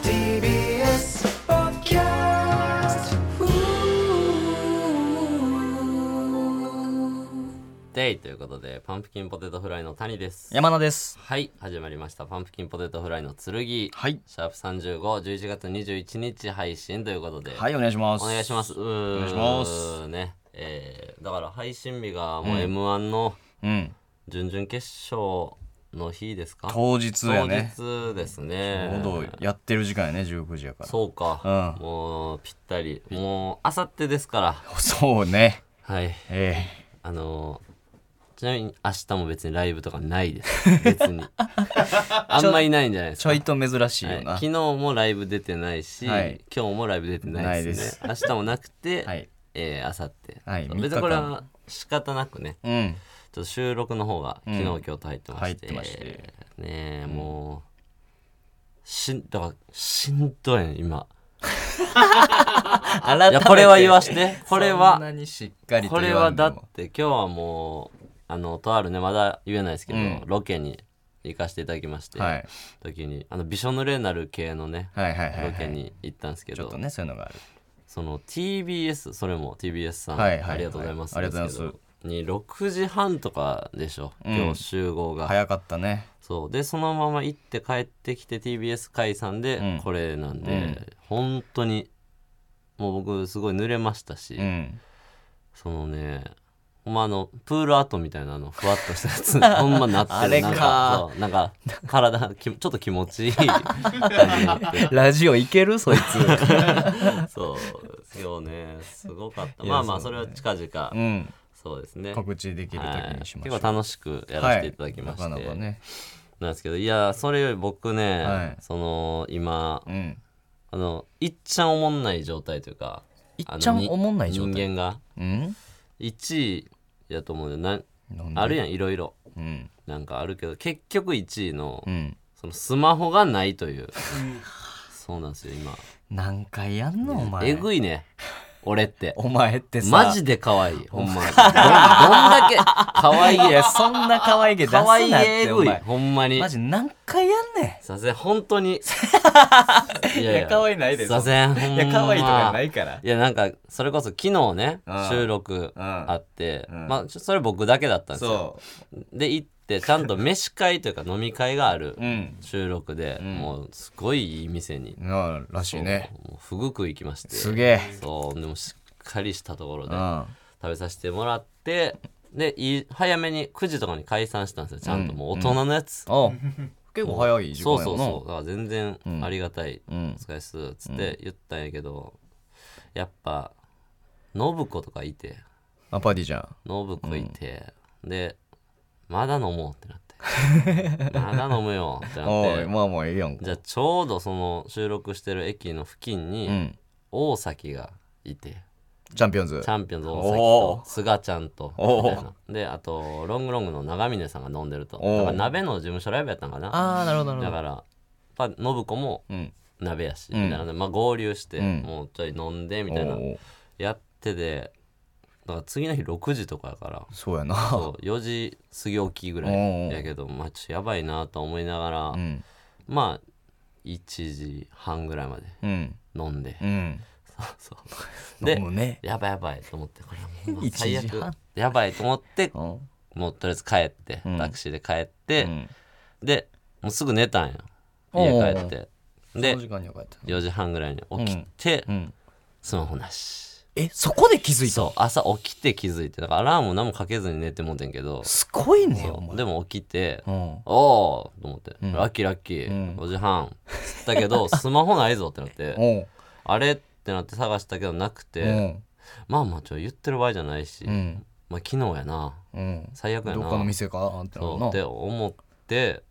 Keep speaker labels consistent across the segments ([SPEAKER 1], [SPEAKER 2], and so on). [SPEAKER 1] TBS ポッキャス
[SPEAKER 2] デイということで、パンプキンポテトフライの谷です。
[SPEAKER 3] 山名です。
[SPEAKER 2] はい、始まりました。パンプキンポテトフライの剣。シ
[SPEAKER 3] はい。
[SPEAKER 2] ャープ35、11月21日配信ということで。
[SPEAKER 3] はい、お願いします。
[SPEAKER 2] お願いします。お
[SPEAKER 3] 願いします
[SPEAKER 2] ね。えー、だから配信日がもう M1 の
[SPEAKER 3] うん。
[SPEAKER 2] 準々決勝の日ですか、
[SPEAKER 3] 当日やね。
[SPEAKER 2] 当日ですね。
[SPEAKER 3] ちょうどやってる時間やね、19時やから。そ
[SPEAKER 2] そうか、
[SPEAKER 3] うん
[SPEAKER 2] もうぴったりもうあさってですから
[SPEAKER 3] うね。
[SPEAKER 2] はい
[SPEAKER 3] え
[SPEAKER 2] あのーちなみに明日も別にライブとかないです別 にあんまりないんじゃないで
[SPEAKER 3] え
[SPEAKER 2] す
[SPEAKER 3] ち
[SPEAKER 2] か
[SPEAKER 3] ょいと珍しい
[SPEAKER 2] はい
[SPEAKER 3] よな。
[SPEAKER 2] 昨日もライブ出てないし、
[SPEAKER 3] はい
[SPEAKER 2] 今日もライブ出てないですね明日もなくて、
[SPEAKER 3] はい。
[SPEAKER 2] えー、あさって、
[SPEAKER 3] はい
[SPEAKER 2] そう別にこれは仕方なくね
[SPEAKER 3] うん。
[SPEAKER 2] ちょっと収録の方が昨日、
[SPEAKER 3] うん
[SPEAKER 2] 今日と入ってまして
[SPEAKER 3] 入ってまして
[SPEAKER 2] ねえもうしんだからしんどいね 今
[SPEAKER 3] あら
[SPEAKER 2] いやこれは言わしてこれ
[SPEAKER 3] そん
[SPEAKER 2] は
[SPEAKER 3] なにしっかりと
[SPEAKER 2] これ
[SPEAKER 3] 言わ
[SPEAKER 2] は
[SPEAKER 3] んでも
[SPEAKER 2] だって今日はもうあのとあるねまだ言えないですけど、
[SPEAKER 3] うん
[SPEAKER 2] ロケに行かせていただきまして、
[SPEAKER 3] はい。
[SPEAKER 2] 時にあのびしょ濡れになる系のね
[SPEAKER 3] はいはいはい
[SPEAKER 2] ロ
[SPEAKER 3] は
[SPEAKER 2] ケ
[SPEAKER 3] い。
[SPEAKER 2] に行ったんですけ
[SPEAKER 3] ち
[SPEAKER 2] ど、
[SPEAKER 3] ょっとね、そういうのがある。
[SPEAKER 2] その TBS それも TBS さん、
[SPEAKER 3] はいはいはい
[SPEAKER 2] ありがとうございます
[SPEAKER 3] ありがとうございます
[SPEAKER 2] すに6時半とかでしょ
[SPEAKER 3] うん
[SPEAKER 2] 今日集合が、
[SPEAKER 3] 早かったね。
[SPEAKER 2] そうでそのまま行って帰ってきて TBS 解散
[SPEAKER 3] う
[SPEAKER 2] で
[SPEAKER 3] ん
[SPEAKER 2] これなんで、
[SPEAKER 3] うん
[SPEAKER 2] 本当にもう僕すごい濡れましたし、
[SPEAKER 3] うん。
[SPEAKER 2] そのねほんまあのプール跡みたいなのふわっとしたやつ ほんまなってる
[SPEAKER 3] あれか
[SPEAKER 2] なんかそうなんか体きちょっと気持 ちいい感じになって
[SPEAKER 3] ラジオいけ るそいつ。
[SPEAKER 2] そうですよねすごかった
[SPEAKER 3] いや
[SPEAKER 2] まあまあ
[SPEAKER 3] そ
[SPEAKER 2] そうれ
[SPEAKER 3] ね
[SPEAKER 2] は近々、
[SPEAKER 3] うん。
[SPEAKER 2] そうですね
[SPEAKER 3] 告知できる
[SPEAKER 2] はい
[SPEAKER 3] 時に
[SPEAKER 2] 結
[SPEAKER 3] しましょう。
[SPEAKER 2] 構楽しくやらせていただきまして、
[SPEAKER 3] はいなかなかね。
[SPEAKER 2] なんですけどいやそれより僕ね、
[SPEAKER 3] はい
[SPEAKER 2] その今
[SPEAKER 3] うん。
[SPEAKER 2] あのいっちゃんおもんない状態というか
[SPEAKER 3] いっちゃんおもんない状態。
[SPEAKER 2] 人間が
[SPEAKER 3] うん
[SPEAKER 2] 1位やと思うんでなん
[SPEAKER 3] なんで
[SPEAKER 2] あるやんいろいろ
[SPEAKER 3] うん。
[SPEAKER 2] なんかあるけど結局1位の
[SPEAKER 3] うん。
[SPEAKER 2] そのスマホがないというそうなんですよ今
[SPEAKER 3] 何回やんのお前。
[SPEAKER 2] えぐいね俺って
[SPEAKER 3] お前ってさ。
[SPEAKER 2] マジで可愛いほんまにどんどんだけ可 愛い
[SPEAKER 3] いや、そんな可愛げ出すな
[SPEAKER 2] 可愛い
[SPEAKER 3] っ
[SPEAKER 2] え
[SPEAKER 3] て、お
[SPEAKER 2] ぐい
[SPEAKER 3] 前。
[SPEAKER 2] ほんまに
[SPEAKER 3] マジ何回やんね
[SPEAKER 2] させん本当 にい
[SPEAKER 3] いや可愛いないです
[SPEAKER 2] させんほんま
[SPEAKER 3] ん。から。
[SPEAKER 2] いやなんかそれこそ昨日ね
[SPEAKER 3] うん
[SPEAKER 2] 収録
[SPEAKER 3] うん
[SPEAKER 2] あって、
[SPEAKER 3] うん
[SPEAKER 2] まあちょそれ僕だけだったんですよ
[SPEAKER 3] そ
[SPEAKER 2] で行ってちゃんと飯会というか飲み会がある
[SPEAKER 3] う。うん。
[SPEAKER 2] 収録で、もうすごいいい店に、
[SPEAKER 3] なあらしいね。
[SPEAKER 2] もうふぐ食い行きまして
[SPEAKER 3] すげえ。
[SPEAKER 2] そうでもしっかりしたところ
[SPEAKER 3] う
[SPEAKER 2] で
[SPEAKER 3] ん。
[SPEAKER 2] 食べさせてもらってでいい早めに9時とかに解散したんですよちゃんともう大人のやつ、
[SPEAKER 3] お結構早い時間
[SPEAKER 2] そ
[SPEAKER 3] や
[SPEAKER 2] う
[SPEAKER 3] な。
[SPEAKER 2] そうそうだから全然ありがたい、
[SPEAKER 3] うん
[SPEAKER 2] お。疲れっすっつって言ったんやけど、やっぱ信子とかいて
[SPEAKER 3] あ、パディちゃん。
[SPEAKER 2] 信子いて、でまだ飲もうってなってまだ飲むよってなっ
[SPEAKER 3] お
[SPEAKER 2] て
[SPEAKER 3] い、まあまあええやんか
[SPEAKER 2] じゃあちょうどその収録してる駅の付近
[SPEAKER 3] う
[SPEAKER 2] に
[SPEAKER 3] ん。
[SPEAKER 2] 大崎がいて、
[SPEAKER 3] チャンピオンズ
[SPEAKER 2] チ。ャンピオンズ大崎
[SPEAKER 3] お
[SPEAKER 2] と菅ちゃんと
[SPEAKER 3] お
[SPEAKER 2] みたいなであとロングロングの長峰さんが飲んでると
[SPEAKER 3] お
[SPEAKER 2] だから鍋の事務所ライブやったんかな
[SPEAKER 3] ああ、なるほど、な
[SPEAKER 2] だ
[SPEAKER 3] るほ
[SPEAKER 2] からやっぱ信子も
[SPEAKER 3] ど。うん。
[SPEAKER 2] 鍋やし、
[SPEAKER 3] うん
[SPEAKER 2] みたいなでまあ、合流して、
[SPEAKER 3] うん
[SPEAKER 2] もうちょい飲んでみたいな
[SPEAKER 3] おー
[SPEAKER 2] やってでだから次の日6時とかやから
[SPEAKER 3] そうやな。
[SPEAKER 2] そう4時過ぎ起きぐら
[SPEAKER 3] おうお
[SPEAKER 2] いうやけどまあちょっとやばいなと思いながら、
[SPEAKER 3] うん。
[SPEAKER 2] まあ1時半ぐらいまで
[SPEAKER 3] うん。
[SPEAKER 2] 飲んで、
[SPEAKER 3] うん。
[SPEAKER 2] そう
[SPEAKER 3] で
[SPEAKER 2] で
[SPEAKER 3] もね。
[SPEAKER 2] やばいやばいと思ってこれはもうほんま最
[SPEAKER 3] 1時
[SPEAKER 2] 悪
[SPEAKER 3] 半
[SPEAKER 2] やばいと思って
[SPEAKER 3] うん。
[SPEAKER 2] もうとりあえず帰って、
[SPEAKER 3] うん
[SPEAKER 2] タクシーで帰って、
[SPEAKER 3] うん
[SPEAKER 2] でもうすぐ寝たんよ
[SPEAKER 3] おうおう
[SPEAKER 2] 家帰って
[SPEAKER 3] そ
[SPEAKER 2] で
[SPEAKER 3] の時間によかった。
[SPEAKER 2] 4時半ぐらいに起きて、
[SPEAKER 3] うん。
[SPEAKER 2] スマホなし
[SPEAKER 3] え、そこで気づいた
[SPEAKER 2] そう朝起きて気づいてだからアラーム何もかけずに寝てもうてんけど
[SPEAKER 3] すごいね、
[SPEAKER 2] そう
[SPEAKER 3] お前。
[SPEAKER 2] でも起きて、
[SPEAKER 3] うん。
[SPEAKER 2] おおと思って、
[SPEAKER 3] ん
[SPEAKER 2] ラッキーラッキー、
[SPEAKER 3] うん
[SPEAKER 2] 5時半つったけ どスマホないぞってなって
[SPEAKER 3] おう
[SPEAKER 2] あれってなって探したけどなくて、
[SPEAKER 3] うん
[SPEAKER 2] まあまあちょ言ってる場合じゃないし、
[SPEAKER 3] うん
[SPEAKER 2] まあ昨日やな
[SPEAKER 3] うん
[SPEAKER 2] 最悪やな
[SPEAKER 3] どっかの店かあんた
[SPEAKER 2] そ
[SPEAKER 3] の
[SPEAKER 2] う
[SPEAKER 3] な
[SPEAKER 2] って思って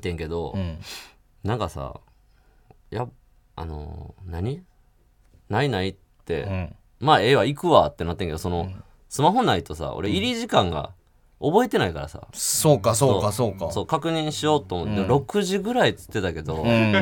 [SPEAKER 2] てんけど、
[SPEAKER 3] うん
[SPEAKER 2] なんかさやあのー何ないないって、
[SPEAKER 3] うん
[SPEAKER 2] まあええわ行くわってなってんけどその、スマホないとさ俺入り時間が覚えてないからさ
[SPEAKER 3] そうかそうかそうか
[SPEAKER 2] そう確認しようと思って、6時ぐらいっつってたけど、
[SPEAKER 3] うん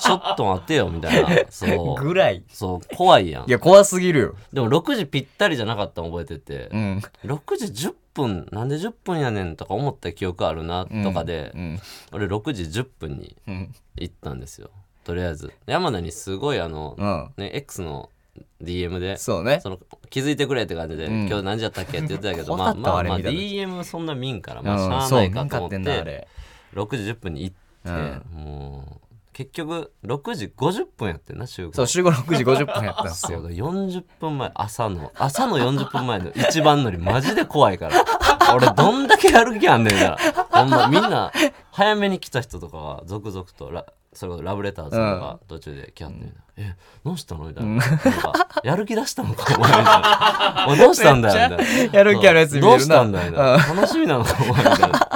[SPEAKER 2] ちょっと待ってよみたいなそう
[SPEAKER 4] ぐらい。
[SPEAKER 2] そう怖いやん
[SPEAKER 3] いや怖すぎるよ
[SPEAKER 2] でも6時ぴったりじゃなかったの覚えてて
[SPEAKER 3] う、ん
[SPEAKER 2] 6時10分なんで10分やねんとか思った記憶あるなとかで、
[SPEAKER 3] うん
[SPEAKER 2] 俺6時10分に
[SPEAKER 3] うん
[SPEAKER 2] 行ったんですよとりあえず山田にすごいあの、
[SPEAKER 3] うん
[SPEAKER 2] ね、X の DM で
[SPEAKER 3] そうね
[SPEAKER 2] その気づいてくれって感じで、
[SPEAKER 3] うん
[SPEAKER 2] 今日何時やったっけって言ってたけど まあ
[SPEAKER 3] 怖かった
[SPEAKER 2] まあ
[SPEAKER 3] あれ
[SPEAKER 2] まあ
[SPEAKER 3] 見た時
[SPEAKER 2] DM そんな見んからまあし
[SPEAKER 3] う
[SPEAKER 2] ゃ
[SPEAKER 3] ん
[SPEAKER 2] あ
[SPEAKER 3] そ
[SPEAKER 2] な
[SPEAKER 3] う
[SPEAKER 2] いか
[SPEAKER 3] なん
[SPEAKER 2] と
[SPEAKER 3] か
[SPEAKER 2] 思
[SPEAKER 3] っ
[SPEAKER 2] ってて
[SPEAKER 3] んだあれ
[SPEAKER 2] 6時10分に行って、もう結局6時50分やってんな集合
[SPEAKER 3] そう集合6時50分やったんです
[SPEAKER 2] そう
[SPEAKER 3] よ
[SPEAKER 2] だ40分前朝の朝の40分前の一番乗りマジで怖いから俺どんだけやる気あんねんからほんまみんな早めに来た人とかが続々とラそれこそラブレターズとか途中で来はってんな、えどうしたの?」みたいな,、なんかやる気出したのかお前」みたいな「おいどうしたんだよ」みたいな
[SPEAKER 3] やる気あるやつ見えるな
[SPEAKER 2] どうしたんだよみたいな楽しみなのかお前」み たいな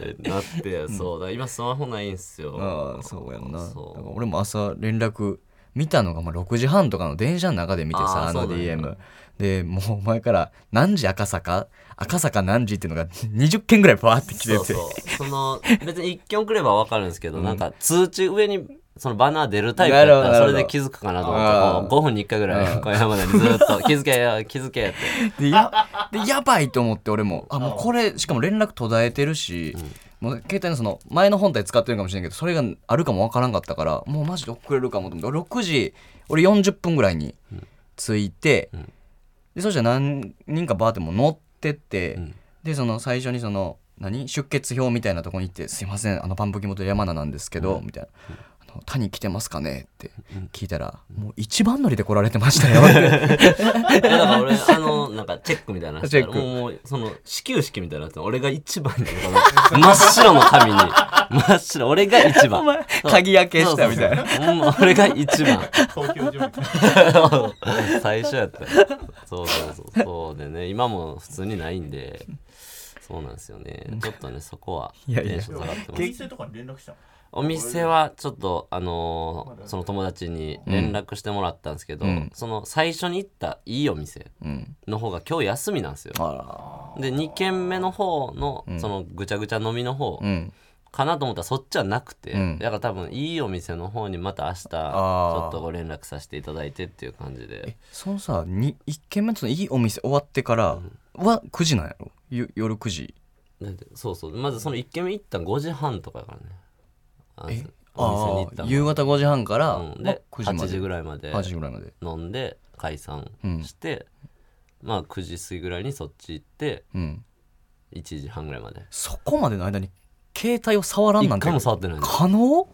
[SPEAKER 2] えなってそうだ今スマホないんすよ
[SPEAKER 3] ああそうやんなだ
[SPEAKER 2] そう
[SPEAKER 3] から俺も朝連絡見たのがまあ6時半とかの電車の中で見てさ
[SPEAKER 2] あー
[SPEAKER 3] あの
[SPEAKER 2] そうだよ
[SPEAKER 3] DM でもう前から「何時赤坂赤坂何時」っていうのが20件ぐらいバーって来て
[SPEAKER 2] そう
[SPEAKER 3] て
[SPEAKER 2] そうその別に一件くれば分かるんですけど、なんか通知上にそのバナー出るタイプだった
[SPEAKER 3] な
[SPEAKER 2] ら
[SPEAKER 3] る
[SPEAKER 2] そ
[SPEAKER 3] ほど
[SPEAKER 2] れで気づくかなと思
[SPEAKER 3] あ
[SPEAKER 2] っ
[SPEAKER 3] ー
[SPEAKER 2] てこう5分に1回ぐらい小山田にずっと「気づけよ気づけ」っ て
[SPEAKER 3] でやでやばいと思って俺もあもうこれしかも連絡途絶えてるし、もう携帯のその前の本体使ってるかもしれんけどそれがあるかもわからんかったからもうマジで遅れるかもと思って6時俺40分ぐらいに着いて、
[SPEAKER 2] ん
[SPEAKER 3] でそしたら何人かバーってもう乗ってって、
[SPEAKER 2] ん
[SPEAKER 3] でその最初にその何出血表みたいなとこに行って「すいませんあのパンプキ元山名なんですけど」みたいな。あの谷来てますかねって聞いたら、もう一番乗りで来られてました よって
[SPEAKER 2] えだから俺あのなんかチェックみたいなのしたら
[SPEAKER 3] チェック
[SPEAKER 2] もうもうその始球式みたいになって俺が一番にこの真っ白の紙 に真っ白俺が一番
[SPEAKER 3] 鍵開けしたみたいな
[SPEAKER 2] そうそうそうほんま俺が一番
[SPEAKER 4] 東京上
[SPEAKER 2] 最初やったよそうそうそうそうでね今も普通にないんでそうなんですよねちょっとねそこはい
[SPEAKER 3] やいや
[SPEAKER 2] テンション下がってま
[SPEAKER 4] お
[SPEAKER 2] す
[SPEAKER 4] 店とかに連絡したの
[SPEAKER 2] お店はちょっとあのーその友達に連絡してもらったんですけど、
[SPEAKER 3] うん
[SPEAKER 2] その最初に行ったいいお店
[SPEAKER 3] うん、
[SPEAKER 2] の方が今日休みなんですよ
[SPEAKER 3] あ
[SPEAKER 2] で2軒目の方のそのぐちゃぐちゃ飲みの方
[SPEAKER 3] らうん
[SPEAKER 2] かなと思ったらそっちはなくて、
[SPEAKER 3] うん
[SPEAKER 2] だから多分いいお店の方にまた明日ち
[SPEAKER 3] あー
[SPEAKER 2] ょっとご連絡させていただいてっていう感じで
[SPEAKER 3] そのさに一軒目のそのいいお店終わってからは9時なんやろよ夜9時
[SPEAKER 2] だってそうそうまずその1軒目行ったん5時半とかやからねあの
[SPEAKER 3] え
[SPEAKER 2] お店に行
[SPEAKER 3] あ
[SPEAKER 2] った
[SPEAKER 3] あ
[SPEAKER 2] の
[SPEAKER 3] 夕方5時半から、
[SPEAKER 2] うん、
[SPEAKER 3] まあ
[SPEAKER 2] で
[SPEAKER 3] 9時ま
[SPEAKER 2] 8時
[SPEAKER 3] で
[SPEAKER 2] ぐらいまで
[SPEAKER 3] 8時ぐらいまで
[SPEAKER 2] 飲んで解散して、まあ9時過ぎぐらいにそっち行って
[SPEAKER 3] うん
[SPEAKER 2] 1時半ぐらいまで
[SPEAKER 3] そこまでの間に携帯を触らん
[SPEAKER 2] 一
[SPEAKER 3] なんて
[SPEAKER 2] 回も触ってないの
[SPEAKER 3] 可能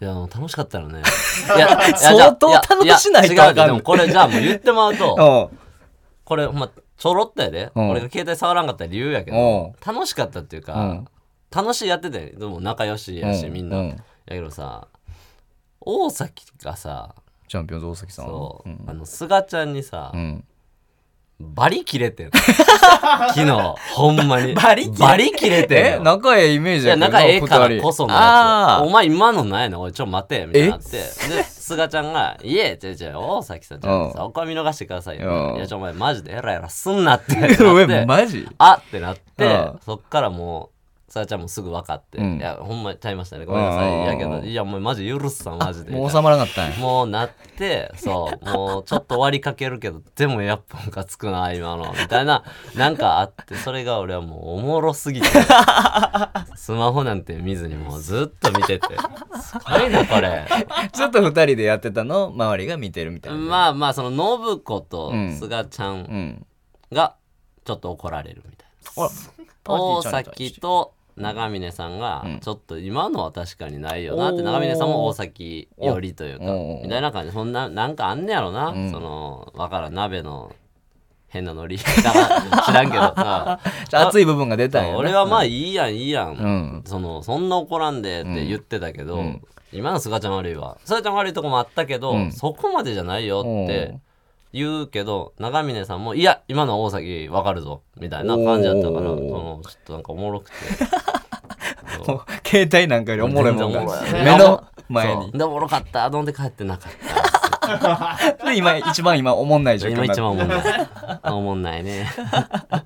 [SPEAKER 2] いやもう楽しかった らねいやいやじゃあ
[SPEAKER 3] 相当楽しないと
[SPEAKER 2] や違う
[SPEAKER 3] あかん
[SPEAKER 2] でもこれじゃあもう言ってもらうと
[SPEAKER 3] あ
[SPEAKER 2] これほんまちょろったやで、
[SPEAKER 3] うん
[SPEAKER 2] 俺が携帯触らんかった理由やけ
[SPEAKER 3] う
[SPEAKER 2] ど楽しかったっていうか、
[SPEAKER 3] うん
[SPEAKER 2] 楽しいやってたよでも仲良しやし、みんな、
[SPEAKER 3] う
[SPEAKER 2] やけどさ大崎がさ
[SPEAKER 3] チャンピオンズ大崎さん
[SPEAKER 2] そう、
[SPEAKER 3] ん
[SPEAKER 2] あの菅ちゃんにさ、
[SPEAKER 3] うん、
[SPEAKER 2] バリ切れ てん昨日ほんまに
[SPEAKER 3] バリ切れ
[SPEAKER 2] 切れてん
[SPEAKER 3] え
[SPEAKER 2] よ
[SPEAKER 3] 仲ええイメージ
[SPEAKER 2] いや
[SPEAKER 3] やけど
[SPEAKER 2] 仲ええから
[SPEAKER 3] 二人
[SPEAKER 2] こそのや
[SPEAKER 3] あ
[SPEAKER 2] つ
[SPEAKER 3] ー
[SPEAKER 2] お前今のなんやねんおいちょ待てみたいになってで菅ちゃんが「いえ違う違う大崎さんちょっとさお声見逃してくださいよ」
[SPEAKER 3] うん
[SPEAKER 2] いやちょお前マジでエラエラすんな」ってなっ
[SPEAKER 3] え
[SPEAKER 2] て
[SPEAKER 3] マジ
[SPEAKER 2] あってなって
[SPEAKER 3] うん
[SPEAKER 2] そっからもう菅ちゃんもすぐ分かって「
[SPEAKER 3] うん
[SPEAKER 2] いやほんまちゃいましたねごめんなさ
[SPEAKER 3] うん
[SPEAKER 2] い」いやけど「いやお前マジ許すさマジで」みたい
[SPEAKER 3] もう
[SPEAKER 2] な
[SPEAKER 3] 収まらなかったんや
[SPEAKER 2] もうなって、そう、もうちょっと終わりかけるけど、でもやっぱムカつくな、今の、みたいな、なんかあって、それが俺はもうおもろす ぎて、スマホなんて見ずにもうずっと見てて、すごいな、これ。
[SPEAKER 3] ちょっと二人でやってたの周りが見てるみたいな、
[SPEAKER 2] まあまあ、その、信子と
[SPEAKER 3] うん
[SPEAKER 2] 菅ちゃ
[SPEAKER 3] うんん
[SPEAKER 2] が、ちょっと怒られるみたいな。
[SPEAKER 3] あら
[SPEAKER 2] 大
[SPEAKER 3] ちゃんに対し
[SPEAKER 2] 崎
[SPEAKER 3] て
[SPEAKER 2] と長峰さんが
[SPEAKER 3] うん、
[SPEAKER 2] ちょっと今のは確かにないよなって、
[SPEAKER 3] おー
[SPEAKER 2] 長峰さんも大崎よりというか、
[SPEAKER 3] おー
[SPEAKER 2] みたいな感じそんななんかあんねやろな、
[SPEAKER 3] うん
[SPEAKER 2] そのわからん鍋の変なノリ 知らんけどさ
[SPEAKER 3] 熱い部分が出たんやな
[SPEAKER 2] 俺はまあいいやんいいやん、
[SPEAKER 3] うん
[SPEAKER 2] そのそんな怒らんでって言ってたけど、今の菅ちゃん悪いわ菅ちゃん悪いとこもあったけど、
[SPEAKER 3] うん
[SPEAKER 2] そこまでじゃないよって言うけど長峰さんも「いや今のは大崎わかるぞ」みたいな感じだったからそ
[SPEAKER 3] おー
[SPEAKER 2] のちょっとなんかおもろくて
[SPEAKER 3] もう携帯なんかよりおもろいも
[SPEAKER 2] 全
[SPEAKER 3] ん
[SPEAKER 2] 然おも
[SPEAKER 3] が
[SPEAKER 2] ろい
[SPEAKER 3] 目の前
[SPEAKER 2] そう
[SPEAKER 3] に
[SPEAKER 2] でおもろかった飲んで帰ってなかった
[SPEAKER 3] で今一番今おもんない状況
[SPEAKER 2] 今
[SPEAKER 3] にな
[SPEAKER 2] 一番おもんない。おもんないね。まあ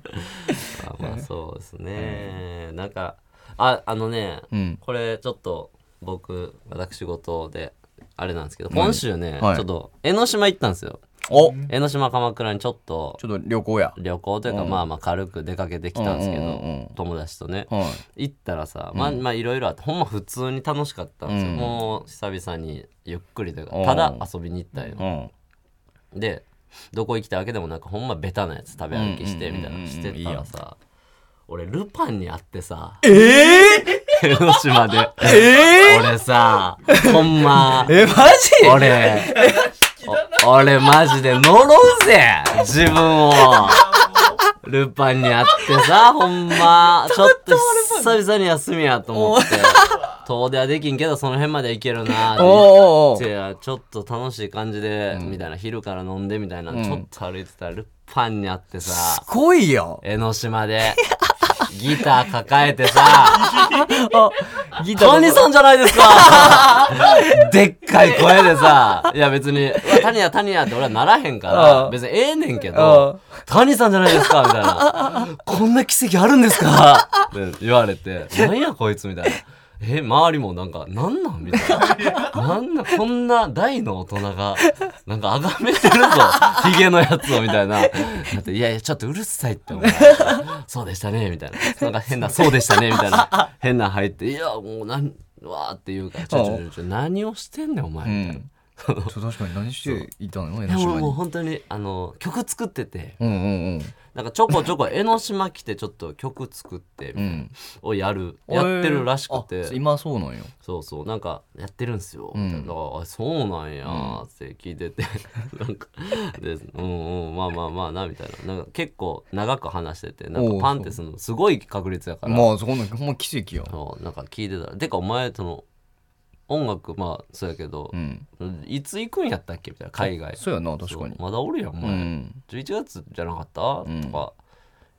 [SPEAKER 2] まあそうですね、なんかああのね、
[SPEAKER 3] うん
[SPEAKER 2] これちょっと僕私事であれなんですけど今週ね、
[SPEAKER 3] はい
[SPEAKER 2] ちょっと江ノ島行ったんですよ
[SPEAKER 3] お
[SPEAKER 2] 江ノ島鎌倉にちょっと
[SPEAKER 3] ちょっと旅行や
[SPEAKER 2] 旅行というか、まあまあ軽く出かけてきたんですけど、
[SPEAKER 3] うんうんうんうん
[SPEAKER 2] 友達とね、
[SPEAKER 3] はい
[SPEAKER 2] 行ったらさまあまあいろいろあってほんま普通に楽しかったんですよ、
[SPEAKER 3] うん
[SPEAKER 2] もう久々にゆっくりというか
[SPEAKER 3] うん
[SPEAKER 2] ただ遊びに行ったよ、
[SPEAKER 3] うん
[SPEAKER 2] でどこ行きたいわけでもなくほんまベタなやつ食べ歩きしてみたいな
[SPEAKER 3] うん
[SPEAKER 2] の
[SPEAKER 3] うんうんうんうん
[SPEAKER 2] して
[SPEAKER 3] いい
[SPEAKER 2] た
[SPEAKER 3] や
[SPEAKER 2] ら
[SPEAKER 3] ん
[SPEAKER 2] さ俺ルパンに会ってさ
[SPEAKER 3] えー、
[SPEAKER 2] 江ノ島で
[SPEAKER 3] え
[SPEAKER 2] 俺さほんま
[SPEAKER 3] えマジ
[SPEAKER 2] 俺お俺マジで呪うぜ自分をルパンに会ってさほんまちょっと久々に休みやと思って遠出はできんけどその辺まで行けるなって
[SPEAKER 3] おおお
[SPEAKER 2] いやちょっと楽しい感じで、みたいな昼から飲んでみたいな、
[SPEAKER 3] ん
[SPEAKER 2] ちょっと歩いてたらルパンに会ってさ
[SPEAKER 3] 濃いやん
[SPEAKER 2] 江ノ島でギター抱えて さ
[SPEAKER 3] ギター
[SPEAKER 2] 谷さんじゃないですかでっか い声でさいや別に「うわ谷や谷や」って俺はならへんか
[SPEAKER 3] う
[SPEAKER 2] ら
[SPEAKER 3] ん
[SPEAKER 2] 別にええねんけど「谷さんじゃないですか」みたいな「こんな奇跡あるんですか?」って言われて「なんやこいつ」みたいな。え周りもなんか「なんなん?」みたいな「なんなんこんな大の大人がなんかあがめてるぞヒゲのやつを」みたいな「だっていやいやちょっとうるさいって思うそうでしたね」みたいななんか変な「そうでしたね」みたいな変な入って「いやもうなんうわ」って言うから「ちょちょちょちょ何をしてんねんお前」
[SPEAKER 3] う
[SPEAKER 2] みたいな。
[SPEAKER 3] んそう確かに何していたの江
[SPEAKER 2] いや
[SPEAKER 3] ノ島
[SPEAKER 2] 俺もう
[SPEAKER 3] に
[SPEAKER 2] 本当にあの曲作ってて
[SPEAKER 3] うんうんうん
[SPEAKER 2] なんかちょこちょこ江ノ島来てちょっと曲作って
[SPEAKER 3] うん
[SPEAKER 2] をやる、やってるらしくて
[SPEAKER 3] あそう今そうなんよ
[SPEAKER 2] そうそうなんかやってるんすよ、
[SPEAKER 3] ん
[SPEAKER 2] みたいなだからあそうなんやーって聞いてて、なんかでうんうんまあまあまあなみたいななんか結構長く話しててなん
[SPEAKER 3] お
[SPEAKER 2] か
[SPEAKER 3] う
[SPEAKER 2] パンってそのすごい確率やから、
[SPEAKER 3] まあそこのほんま奇跡や
[SPEAKER 2] そうなんか聞いてたら「てかお前その音楽まあそうやけど
[SPEAKER 3] う、ん
[SPEAKER 2] いつ行くんやったっけ?」みたいな海外
[SPEAKER 3] そうやな確かに
[SPEAKER 2] そうまだおるやんお
[SPEAKER 3] う
[SPEAKER 2] 前、
[SPEAKER 3] ん
[SPEAKER 2] 11月じゃなかった、
[SPEAKER 3] ん
[SPEAKER 2] とか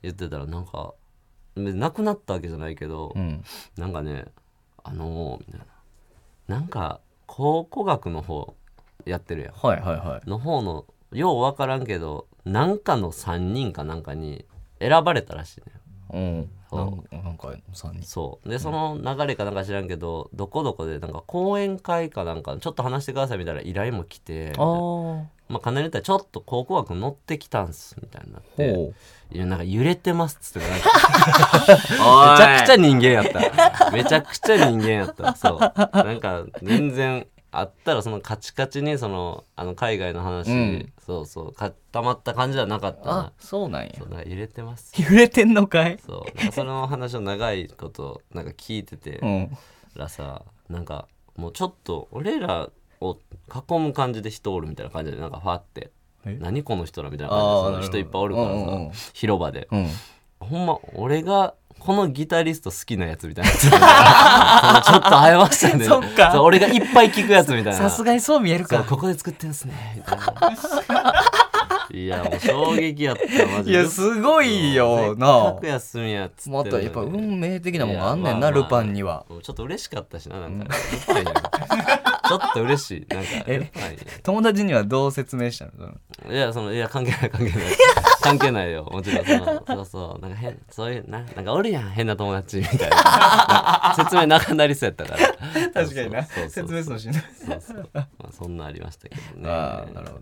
[SPEAKER 2] 言ってたらなんかなくなったわけじゃないけど、
[SPEAKER 3] うん
[SPEAKER 2] なんかねあのーみたいななんか考古学の方やってるや
[SPEAKER 3] はいはいは
[SPEAKER 2] んの方のよう分からんけどなんかの3人かなんかに選ばれたらしいね
[SPEAKER 3] いうんな
[SPEAKER 2] そ
[SPEAKER 3] んなんかさ人
[SPEAKER 2] そうでその流れかなんか知らんけどどこどこでなんか講演会かなんかちょっと話してくださいみたいな依頼も来てみたいな
[SPEAKER 3] あ
[SPEAKER 2] まあかなり言ったらちょっと考古学乗ってきたんすみたいになって
[SPEAKER 3] ほ
[SPEAKER 2] いやなんか揺れてますっつってなんかめ
[SPEAKER 3] うめ
[SPEAKER 2] ちゃくちゃ
[SPEAKER 3] ゃ
[SPEAKER 2] 人間やった。めちゃくちゃ人間やった。そう。なんか、全然、あったら、そのカチカチに、その、あの、海外の話、
[SPEAKER 3] うん
[SPEAKER 2] そうそう、固まった感じはなかった
[SPEAKER 3] あ
[SPEAKER 2] な。
[SPEAKER 3] そうなんや
[SPEAKER 2] そう、なんか揺れてます。
[SPEAKER 3] 揺れてんのかい
[SPEAKER 2] そう。なんかその話を長いこと、なんか聞いてて
[SPEAKER 3] うん
[SPEAKER 2] らさ、なんか、もうちょっと、俺らを囲む感じで人おるみたいな感じで、なんか、ファって。
[SPEAKER 3] え
[SPEAKER 2] 何この人らみたいな
[SPEAKER 3] あー
[SPEAKER 2] 感じでその人いっぱいおるからさ、
[SPEAKER 3] なるほどうんうんうん
[SPEAKER 2] 広場で
[SPEAKER 3] うん
[SPEAKER 2] ほんま俺がこのギタリスト好きなやつみたいな そのちょっと会えましたね
[SPEAKER 3] そっか
[SPEAKER 2] そう俺がいっぱい聞くやつみたいな
[SPEAKER 3] さすがにそう見える
[SPEAKER 2] そう
[SPEAKER 3] か
[SPEAKER 2] ここで作ってんすねみたいないやもう衝撃やったマジで
[SPEAKER 3] いやすごいよ
[SPEAKER 2] せっ
[SPEAKER 3] な
[SPEAKER 2] かく休みやっつってんの
[SPEAKER 3] ま
[SPEAKER 2] に
[SPEAKER 3] たやっぱ運命的なもんがあんねん
[SPEAKER 2] いやまあま
[SPEAKER 3] な
[SPEAKER 2] あ
[SPEAKER 3] ルパンには
[SPEAKER 2] もうちょっと嬉しかったしななんか、ルパンやなちょっと嬉しいなんか
[SPEAKER 3] え
[SPEAKER 2] ルパンや
[SPEAKER 3] 友達にはどう説明したのその
[SPEAKER 2] いや、その、いや、関係ない、 関係ない。関係ないよ、もちろん。そのそうそう、なんか変、そういう、な、なんかおるやん、変な友達みたいな。な んか説明なくなりそうやったから。そうそうそう
[SPEAKER 3] のしない
[SPEAKER 2] そうそう。まあ、そんなんありましたけどね。
[SPEAKER 3] ああなるほど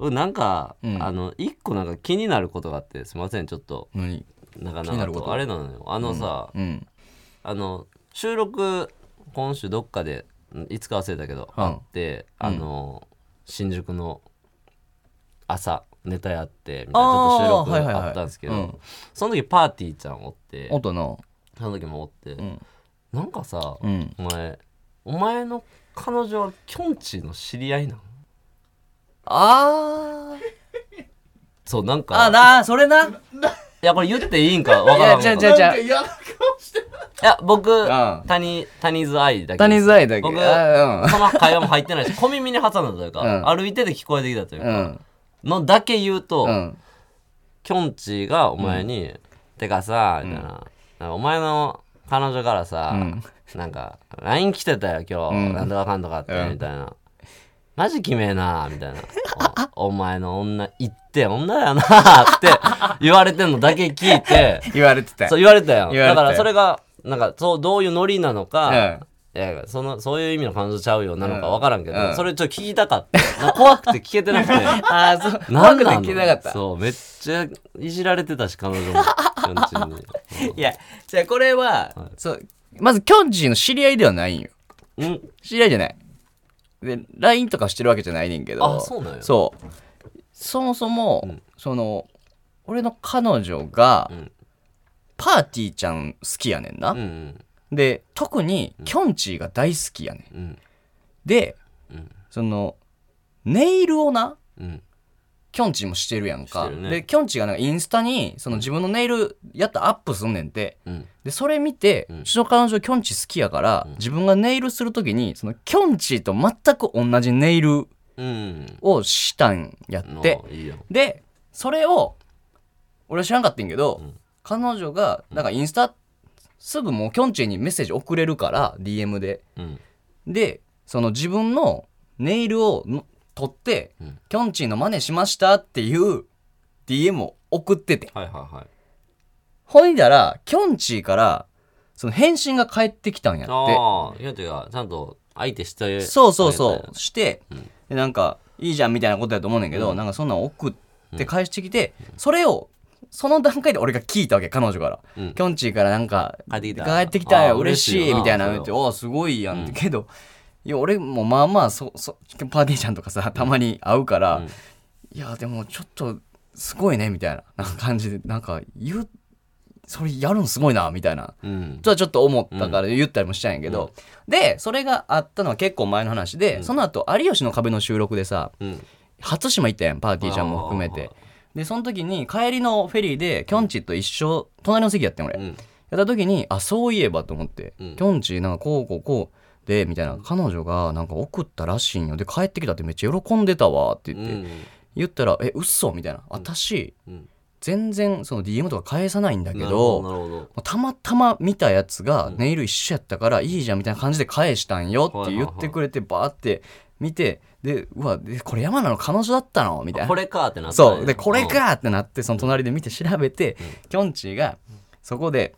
[SPEAKER 2] うんなんか、
[SPEAKER 3] うん
[SPEAKER 2] あの、一個なんか気になることがあって、すみません、ちょっと、
[SPEAKER 3] 何
[SPEAKER 2] なか
[SPEAKER 3] 気に
[SPEAKER 2] な
[SPEAKER 3] な
[SPEAKER 2] か
[SPEAKER 3] ること
[SPEAKER 2] と。あれなのよ。あのさ、
[SPEAKER 3] うん
[SPEAKER 2] あの、収録、今週どっかで、うんいつか忘れたけど、
[SPEAKER 3] うん
[SPEAKER 2] あって、あの、新宿の朝、ネタやって、みたいな、ちょっと収録
[SPEAKER 3] あーはいはいはい
[SPEAKER 2] あったんですけ
[SPEAKER 3] う
[SPEAKER 2] ど
[SPEAKER 3] ん、
[SPEAKER 2] その時パーティーちゃんおって、
[SPEAKER 3] 音の
[SPEAKER 2] その時もおって
[SPEAKER 3] ん、
[SPEAKER 2] なんかさ、
[SPEAKER 3] うん
[SPEAKER 2] お前、お前の彼女はきょんちぃの知り合いなの
[SPEAKER 3] あー
[SPEAKER 2] そう、なんか、
[SPEAKER 3] あなあそれない
[SPEAKER 2] や、これ言っていいんかわ
[SPEAKER 3] い
[SPEAKER 2] から
[SPEAKER 3] や
[SPEAKER 2] ん
[SPEAKER 3] じゃあ
[SPEAKER 2] け
[SPEAKER 3] じ
[SPEAKER 2] ど。
[SPEAKER 3] ゃあじゃあ
[SPEAKER 2] いや、僕
[SPEAKER 3] あ、
[SPEAKER 2] 谷、谷津愛だけです。
[SPEAKER 3] 谷津愛だけ
[SPEAKER 2] 僕、
[SPEAKER 3] あ
[SPEAKER 2] その会話も入ってないし、小耳に挟んだという
[SPEAKER 3] うん
[SPEAKER 2] か、歩いてて聞こえてきたという
[SPEAKER 3] うんう
[SPEAKER 2] か、
[SPEAKER 3] ん
[SPEAKER 2] のだけ言う
[SPEAKER 3] う
[SPEAKER 2] と、
[SPEAKER 3] ん
[SPEAKER 2] きょんちぃがお前に、てかさ、みたいな、なんかお前の彼女からさ
[SPEAKER 3] ん、
[SPEAKER 2] なんか、LINE 来てたよ、今
[SPEAKER 3] う
[SPEAKER 2] 日、
[SPEAKER 3] ん
[SPEAKER 2] なんとかかんとかって
[SPEAKER 3] う、ん
[SPEAKER 2] みたいな。マジきめえな、みたいな。おお前の女、言ってって女やなって言われてんのだけ聞い て
[SPEAKER 3] 言われてたよ
[SPEAKER 2] そう言われたやん
[SPEAKER 3] 言わ
[SPEAKER 2] だ
[SPEAKER 3] れた
[SPEAKER 2] か
[SPEAKER 3] よ
[SPEAKER 2] らそれがなんかそうどういうノリなのか
[SPEAKER 3] うん、
[SPEAKER 2] いやそのそういう意味の感情ちゃうよなのか分からんけど、
[SPEAKER 3] うん
[SPEAKER 2] それちょっと聞きたかったなんか怖くて聞けてなくて
[SPEAKER 3] ああそう怖
[SPEAKER 2] 何
[SPEAKER 3] くて
[SPEAKER 2] なの
[SPEAKER 3] 聞けなかった
[SPEAKER 2] そうめっちゃいじられてたし彼女もきょんちぃに
[SPEAKER 3] いやじゃあこれは、そうまずきょんちぃの知り合いではないんよ
[SPEAKER 2] うん
[SPEAKER 3] 知り合いじゃないで LINE とかしてるわけじゃないねんけど
[SPEAKER 2] あそうなんや
[SPEAKER 3] そうそもそも、
[SPEAKER 2] ん
[SPEAKER 3] その俺の彼女が、
[SPEAKER 2] ん
[SPEAKER 3] パーティーちゃん好きやねんな、
[SPEAKER 2] うんうん
[SPEAKER 3] で特にきょんちぃが大好きやねん
[SPEAKER 2] うん
[SPEAKER 3] で、
[SPEAKER 2] うん
[SPEAKER 3] そのネイルをな
[SPEAKER 2] うん
[SPEAKER 3] きょんちぃもしてるやん
[SPEAKER 2] し
[SPEAKER 3] か、
[SPEAKER 2] てるね
[SPEAKER 3] できょんちぃがなんかインスタにその自分のネイルやったらアップすんねんて
[SPEAKER 2] うん
[SPEAKER 3] でそれ見て、う
[SPEAKER 2] うん
[SPEAKER 3] ちの彼女きょんちぃ好きやから、自分がネイルする時にそのきょんちぃと全く同じネイル
[SPEAKER 2] うん
[SPEAKER 3] をしたんやって
[SPEAKER 2] あいいやん
[SPEAKER 3] でそれを俺は知らんかったんやけど、
[SPEAKER 2] うん
[SPEAKER 3] 彼女がなんかインスタすぐもうきょんちぃにメッセージ送れるから DM で
[SPEAKER 2] うん
[SPEAKER 3] でその自分のネイルをの取って、
[SPEAKER 2] うん
[SPEAKER 3] きょんちぃの真似しましたっていう DM を送ってて
[SPEAKER 2] はいはいはい
[SPEAKER 3] ほいだらきょんちぃからその返信が返ってきたんやっ
[SPEAKER 2] ああ、いやてか、ちゃんと相手して。
[SPEAKER 3] てそうそうそう
[SPEAKER 2] う。
[SPEAKER 3] して、
[SPEAKER 2] うん
[SPEAKER 3] でなんかいいじゃんみたいなことやと思うねんけど、
[SPEAKER 2] うん
[SPEAKER 3] なんかそんなん送って返してきて、それをその段階で俺が聞いたわけ彼女から、
[SPEAKER 2] うん
[SPEAKER 3] きょんちぃからなんか
[SPEAKER 2] 帰ってきた
[SPEAKER 3] 帰ってきた
[SPEAKER 2] あ
[SPEAKER 3] よ
[SPEAKER 2] ー
[SPEAKER 3] 嬉しい
[SPEAKER 2] 嬉しいよな
[SPEAKER 3] みたいなの
[SPEAKER 2] それは
[SPEAKER 3] 言っておーすごいやん、けどいや俺もまあまあそそパーティーちゃんとかさたまに会うから、
[SPEAKER 2] うん
[SPEAKER 3] いやでもちょっとすごいねみたいななんか感じでなんか言うそれやるのすごいなみたいな
[SPEAKER 2] うん。
[SPEAKER 3] とはちょっと思ったから言ったりもしたんやけど、でそれがあったのは結構前の話で、その後有吉の壁」の収録でさ
[SPEAKER 2] うん。
[SPEAKER 3] 初島行ったやんパーティーちゃんも含めてでその時に帰りのフェリーできょんちぃと一緒隣の席やってん俺、
[SPEAKER 2] う
[SPEAKER 3] や
[SPEAKER 2] ん。
[SPEAKER 3] った時にあそういえばと思って
[SPEAKER 2] うん
[SPEAKER 3] きょんちぃなんかこうこうこうでみたいな彼女がなんか送ったらしいんよで帰ってきたってめっちゃ喜んでたわって
[SPEAKER 2] う
[SPEAKER 3] 言って、
[SPEAKER 2] ん。
[SPEAKER 3] 言ったら「え嘘みたいな「私
[SPEAKER 2] うん
[SPEAKER 3] 全然その DM とか返さないんだけ
[SPEAKER 2] な
[SPEAKER 3] ど
[SPEAKER 2] るほど、なるほど。
[SPEAKER 3] たまたま見たやつがネイル一緒やったからいいじゃんみたいな感じで返したんよって言ってくれてバーって見てでうわでこれ山名の彼女だったのみたいな
[SPEAKER 2] これかってなったんや
[SPEAKER 3] そうでこれ。かってなってその隣で見て調べてきょんちぃがそこで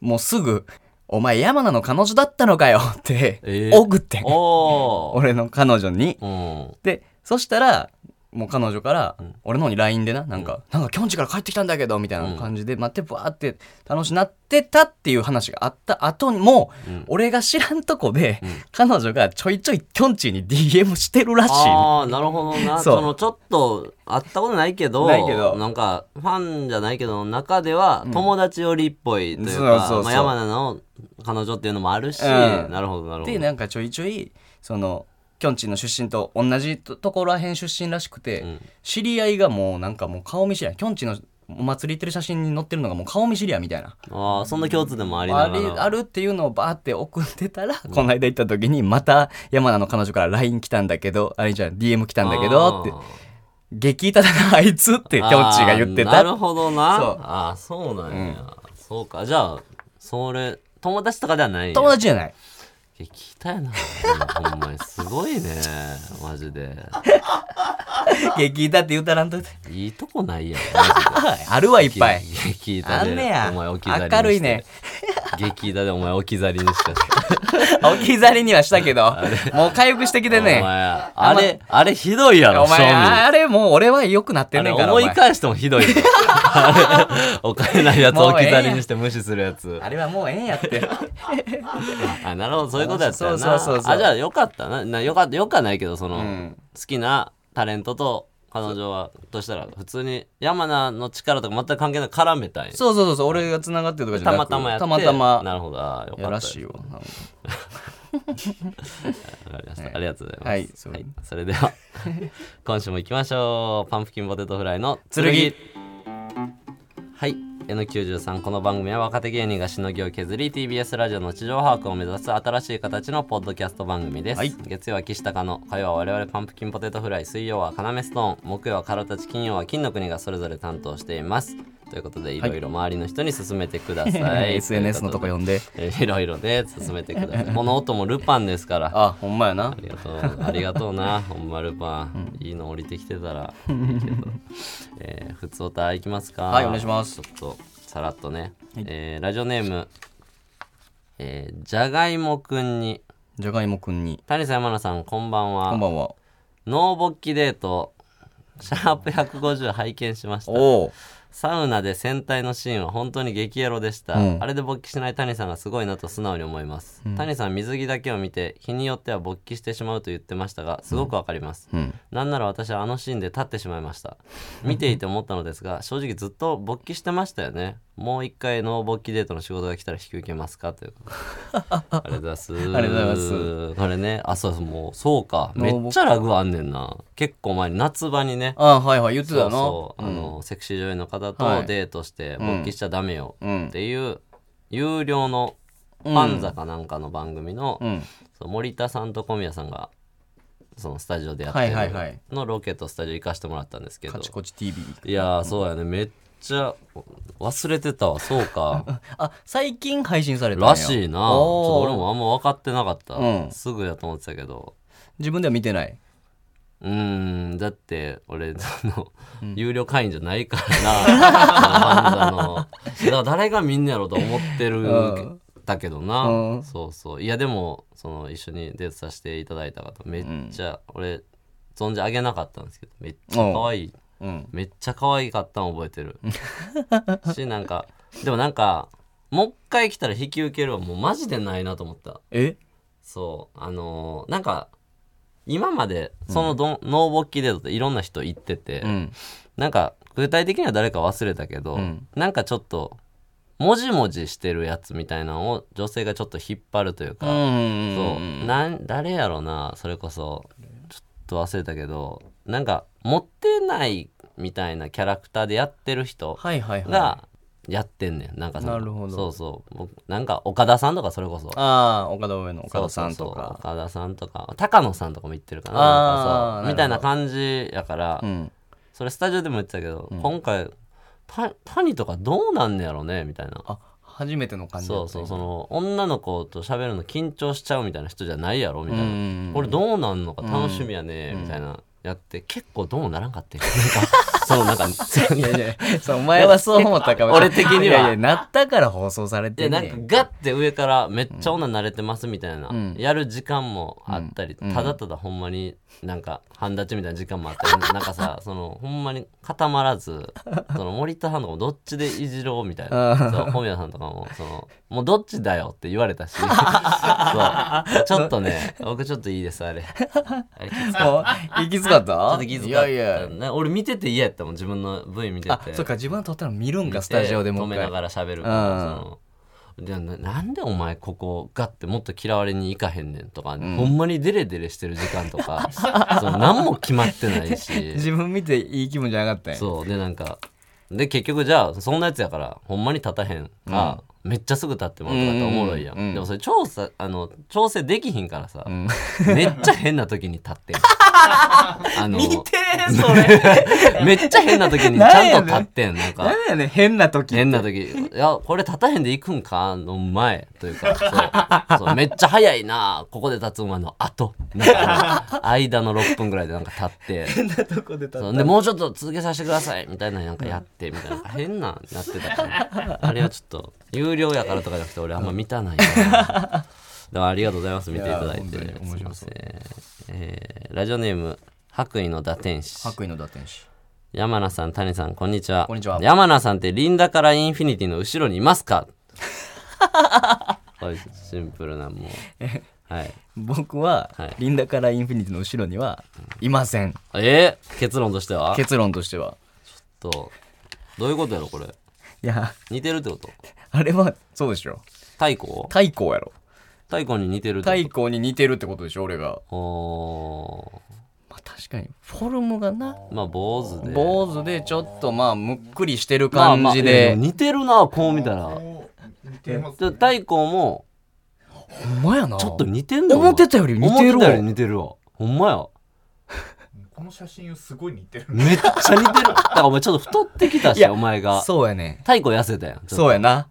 [SPEAKER 3] もうすぐ「お前山名の彼女だったのかよ」って
[SPEAKER 2] え ー
[SPEAKER 3] 送ってん
[SPEAKER 2] うんおー。
[SPEAKER 3] 俺の彼女に
[SPEAKER 2] うん。
[SPEAKER 3] でそしたらもう彼女から俺の方に LINE でななんか「なんかきょんちから帰ってきたんだけど」みたいな感じで待ってバーって楽しなってたっていう話があった後にも
[SPEAKER 2] うん
[SPEAKER 3] 俺が知らんとこで彼女がちょいちょいきょんちに DM してるらしい
[SPEAKER 2] ああ、なるほどな。
[SPEAKER 3] そう
[SPEAKER 2] そのちょっと会ったことないけど、
[SPEAKER 3] ないけど
[SPEAKER 2] なんかファンじゃないけど、中では友達寄りっぽいという
[SPEAKER 3] そうそうそ
[SPEAKER 2] か、
[SPEAKER 3] う
[SPEAKER 2] まあ山名の彼女っていうのもあるし、
[SPEAKER 3] うん
[SPEAKER 2] なるほど、なるほ
[SPEAKER 3] で
[SPEAKER 2] ど。
[SPEAKER 3] なんかちょいちょいそのきょんちの出身と同じとところらへん出身らしくて、
[SPEAKER 2] ん
[SPEAKER 3] 知り合いがもうなんかもう顔見知りやきょんちのお祭り行ってる写真に載ってるのがもう顔見知りやみたいな
[SPEAKER 2] ああ、そんな共通でもあり
[SPEAKER 3] あ
[SPEAKER 2] なが
[SPEAKER 3] れ
[SPEAKER 2] ら。
[SPEAKER 3] あるっていうのをバーって送ってたら、この間行った時にまた山名の彼女から LINE 来たんだけどあれじゃん DM 来たんだけどって
[SPEAKER 2] あー
[SPEAKER 3] 激いただなあ いつってきょんちぃが言って
[SPEAKER 2] あーな
[SPEAKER 3] た
[SPEAKER 2] るほどな
[SPEAKER 3] そう
[SPEAKER 2] ああそうなんや、そうかじゃあそれ友達とかではないんや
[SPEAKER 3] 友達じゃない
[SPEAKER 2] 聞いたよなほんまにすごいねマジで
[SPEAKER 3] 激いたって言うたらんとい て
[SPEAKER 2] いいとこないやん
[SPEAKER 3] あるわいっぱい
[SPEAKER 2] 激だ
[SPEAKER 3] あんね
[SPEAKER 2] で
[SPEAKER 3] や
[SPEAKER 2] お前置き去りにして
[SPEAKER 3] 明るいね
[SPEAKER 2] 激だでお前置き去りにしたし
[SPEAKER 3] 置き去りにはした けどもう回復してきて
[SPEAKER 2] お前
[SPEAKER 3] ね
[SPEAKER 2] あれあれひどいやろ
[SPEAKER 3] お
[SPEAKER 2] 正
[SPEAKER 3] 前
[SPEAKER 2] 味
[SPEAKER 3] あれもう俺は良くなって
[SPEAKER 2] あ
[SPEAKER 3] んね
[SPEAKER 2] れ
[SPEAKER 3] んか
[SPEAKER 2] 思
[SPEAKER 3] らお
[SPEAKER 2] い
[SPEAKER 3] 前
[SPEAKER 2] 返してもひどいよ あれお金ないやつ置き去りにして無視するやつ
[SPEAKER 3] あれはもうええん やって
[SPEAKER 2] あなるほどそういうことやったよな
[SPEAKER 3] そうそうそうそう
[SPEAKER 2] あじゃあよかったななよかよかないけどその、
[SPEAKER 3] ん
[SPEAKER 2] 好きなタレントと彼女はとしたら普通に山名の力とか全く関係ない絡めたい
[SPEAKER 3] そうそうそうそう俺が繋がってるとかじゃ
[SPEAKER 2] た
[SPEAKER 3] な
[SPEAKER 2] ま
[SPEAKER 3] く
[SPEAKER 2] たまやって
[SPEAKER 3] たまたま
[SPEAKER 2] なるほどあーよかった
[SPEAKER 3] やらしいわなんか
[SPEAKER 2] わかりましたありがとうございます、
[SPEAKER 3] はいそう
[SPEAKER 2] それでは 今週も行きましょうパンプキンポテトフライの
[SPEAKER 3] 剣
[SPEAKER 2] はい N93 この番組は若手芸人がしのぎを削り TBS ラジオの地上把握を目指す新しい形のポッドキャスト番組です、
[SPEAKER 3] はい
[SPEAKER 2] 月曜は岸高の火曜は我々パンプキンポテトフライ水曜は要ストーン木曜はカロたち金曜は金の国がそれぞれ担当していますということでいろいろ周りの人に勧めてく ださい
[SPEAKER 3] SNS のとこ
[SPEAKER 2] よ
[SPEAKER 3] 呼んで
[SPEAKER 2] いろいろね勧めてく ださいこの音もルパンですからあ
[SPEAKER 3] あほんまやな
[SPEAKER 2] りがとうありがとうなほんまルパン、いいの降りてきてた らいいけど、えー、普通歌いきますか
[SPEAKER 3] はいお願いします
[SPEAKER 2] ちょっとさらっとね、えーラジオネームえーじゃがいもくんに
[SPEAKER 3] じゃがいもくんに
[SPEAKER 2] 谷さん山名さんこんばんは
[SPEAKER 3] こんばんは
[SPEAKER 2] ノーボッキデートシャープ150拝見しました
[SPEAKER 3] おお
[SPEAKER 2] サウナで戦隊のシーンは本当に激エロでした、
[SPEAKER 3] うん
[SPEAKER 2] あれで勃起しない谷さんがすごいなと素直に思います、谷さん水着だけを見て日によっては勃起してしまうと言ってましたがすごくわかります、
[SPEAKER 3] うん
[SPEAKER 2] なんなら私はあのシーンで立ってしまいました見ていて思ったのですが正直ずっと勃起してましたよねもう一回ノー勃起デートの仕事が来たら引き受けますかということでありがとうございます
[SPEAKER 3] ありがとうござ
[SPEAKER 2] いますこれねあそうそうもうそうか
[SPEAKER 3] ノ
[SPEAKER 2] め
[SPEAKER 3] ー勃起
[SPEAKER 2] っちゃラグあんねんな結構前に夏場にね
[SPEAKER 3] あはいはい言ってたな
[SPEAKER 2] そうそうあ
[SPEAKER 3] ん
[SPEAKER 2] の、セクシー女優の方
[SPEAKER 3] は
[SPEAKER 2] と
[SPEAKER 3] い
[SPEAKER 2] デートして勃起しちゃダメよ
[SPEAKER 3] うん
[SPEAKER 2] っていう有料のパンザかなんかの番組の、
[SPEAKER 3] うん
[SPEAKER 2] そう森田さんと小宮さんがそのスタジオでやって
[SPEAKER 3] はいはいはい
[SPEAKER 2] るのロケとスタジオ行かせてもらったんですけど
[SPEAKER 3] カチコチ TV
[SPEAKER 2] いやーそうやねめっちゃ忘れてたわそう か
[SPEAKER 3] あ最近配信されたんや
[SPEAKER 2] らしいなちょっと
[SPEAKER 3] おー
[SPEAKER 2] 俺もあんま分かってなかった、
[SPEAKER 3] うん
[SPEAKER 2] すぐやと思ってたけど
[SPEAKER 3] 自分では見てないう
[SPEAKER 2] ーんだって俺その、有料会員じゃない からなあのファンザのだから誰が見んねやろと思ってる
[SPEAKER 3] うん
[SPEAKER 2] だけどな、
[SPEAKER 3] うん
[SPEAKER 2] そうそういやでもその一緒にデートさせていただいた方めっちゃ、俺存じ上げなかったんですけどめっちゃ可愛い
[SPEAKER 3] うん
[SPEAKER 2] めっちゃ可愛かったの覚えて るしなんかでもなんかもう一回来たら引き受けるはもうマジでないなと思った
[SPEAKER 3] え
[SPEAKER 2] そうあのーなんか今までそのど、ノーボッキデートっていろんな人行ってて、
[SPEAKER 3] うん
[SPEAKER 2] なんか具体的には誰か忘れたけど、
[SPEAKER 3] ん
[SPEAKER 2] なんかちょっともじもじしてるやつみたいなのを女性がちょっと引っ張るという
[SPEAKER 3] う
[SPEAKER 2] か、
[SPEAKER 3] ん
[SPEAKER 2] そうなん誰やろなそれこそちょっと忘れたけどなんか持ってないみたいなキャラクターでやってる人
[SPEAKER 3] はいはいはい
[SPEAKER 2] がやってんねんなんかその
[SPEAKER 3] なるほど
[SPEAKER 2] そうそう僕なんか岡田さんとかそれこそ
[SPEAKER 3] ああ岡田上の岡田さんと
[SPEAKER 2] そうそうそう
[SPEAKER 3] か
[SPEAKER 2] 岡田さんとか高野さんとかも言ってるかな
[SPEAKER 3] あー
[SPEAKER 2] なんかそうみたいな感じやから、
[SPEAKER 3] うん
[SPEAKER 2] それスタジオでも言ってたけど、今回た谷とかどうなんねやろねみたいな
[SPEAKER 3] あ初めての感じだ
[SPEAKER 2] そ
[SPEAKER 3] っ
[SPEAKER 2] う
[SPEAKER 3] た
[SPEAKER 2] そうその女の子と喋るの緊張しちゃうみたいな人じゃないやろみたい
[SPEAKER 3] うん
[SPEAKER 2] な、
[SPEAKER 3] うん
[SPEAKER 2] これどうなんのか楽しみやね、みたいなやって結構どうもならんかってんなんか その なんか
[SPEAKER 3] いやいやそうお前はそう思ったかも
[SPEAKER 2] 俺的にはい
[SPEAKER 3] やいやなったから放送され
[SPEAKER 2] で
[SPEAKER 3] てんね
[SPEAKER 2] なんかガッて上からめっちゃ女慣れてますみたいな、
[SPEAKER 3] ん
[SPEAKER 2] やる時間もあったり、ただただほんまになんか半立ちみたいな時間もあ ったり、なんかさそのほんまに固まらずその森田さんとかもどっちでいじろうみたいなそう小宮さんとかもそのもうどっちだよって言われ たしそうちょっとね僕ちょっといいですあれあれきつかったち
[SPEAKER 3] もう行きつかった
[SPEAKER 2] ょっと気づか
[SPEAKER 3] い
[SPEAKER 2] っ
[SPEAKER 3] や
[SPEAKER 2] た
[SPEAKER 3] いや
[SPEAKER 2] な俺見てて嫌やったもん自分の V 見てて
[SPEAKER 3] あそっか自分の撮ったの見るんかスタジオでも
[SPEAKER 2] 止
[SPEAKER 3] う
[SPEAKER 2] め
[SPEAKER 3] 一
[SPEAKER 2] な
[SPEAKER 3] 回
[SPEAKER 2] がら喋るから、
[SPEAKER 3] うん
[SPEAKER 2] そのでななんでお前ここガッてもっと嫌われに行かへんねんとか、ほんまにデレデレしてる時間とか その何も決まってない し
[SPEAKER 3] 自分見ていい気分じゃなかったんや
[SPEAKER 2] そうでなんかで結局じゃあそんなやつやからほんまに立たへんか、めっちゃすぐ立ってもらうとかっておもろいやん、
[SPEAKER 3] うんうんうん
[SPEAKER 2] でもそれ調査あの調整できひんからさ、めっちゃ変な時に立 ってんあの
[SPEAKER 3] えそれ
[SPEAKER 2] めっちゃ変な時にちゃんと立ってんなんか
[SPEAKER 3] 何やねん変な時
[SPEAKER 2] 変な時「いやこれ立たへんで行くんか?」の前というかそうそうめっちゃ早いなここで立つ馬の後なんかあの間の6分ぐらいでなんか立って
[SPEAKER 3] どこで立
[SPEAKER 2] そうでもうちょっと続けさせてくださいみたいななんかやってみたいな変ななってたからあれはちょっと有料やからとかじゃなくて俺あんま見たないなでもありがとうございます見ていただいて
[SPEAKER 3] いや本当に面白そう
[SPEAKER 2] すいませんえーラジオネーム白衣の打天使
[SPEAKER 3] 白衣の打天使
[SPEAKER 2] 山名さん、谷さん、こんにちは。
[SPEAKER 3] こんにちは
[SPEAKER 2] 山名さんってリンダからインフィニティの後ろにいます かはい、シンプルなもう。はい。
[SPEAKER 3] 僕は、
[SPEAKER 2] はい
[SPEAKER 3] リンダからインフィニティの後ろにはいません
[SPEAKER 2] えー、結論としては
[SPEAKER 3] 結論としては
[SPEAKER 2] と、どういうことやろ、これ。
[SPEAKER 3] いや
[SPEAKER 2] 似てるってこと
[SPEAKER 3] あれはそうでしょ
[SPEAKER 2] 太鼓
[SPEAKER 3] 太鼓やろ
[SPEAKER 2] 太鼓に似てるってこと
[SPEAKER 3] 太鼓に似てるってことでしょ俺が
[SPEAKER 2] お
[SPEAKER 3] まあ確かにフォルムがな
[SPEAKER 2] ーまあ、坊主で。
[SPEAKER 3] 坊主でちょっとまあむっくりしてる
[SPEAKER 2] まあ
[SPEAKER 3] 感
[SPEAKER 2] まあ
[SPEAKER 3] じ
[SPEAKER 2] いや
[SPEAKER 3] で、
[SPEAKER 2] も似てるな、こう見たら。じゃあ太鼓も、
[SPEAKER 3] ほんまやな
[SPEAKER 2] ちょっと似てんの
[SPEAKER 3] 思ってたより似て
[SPEAKER 2] 思
[SPEAKER 3] るわ
[SPEAKER 2] ってたより似てるわ。ほんまや。
[SPEAKER 4] この写真すごい似てる
[SPEAKER 2] めっちゃ似てるだからお前ちょっと太ってきた
[SPEAKER 3] い
[SPEAKER 2] し
[SPEAKER 3] や
[SPEAKER 2] お前が
[SPEAKER 3] そうやね
[SPEAKER 2] 太鼓痩せたやんちょっと
[SPEAKER 3] そうやな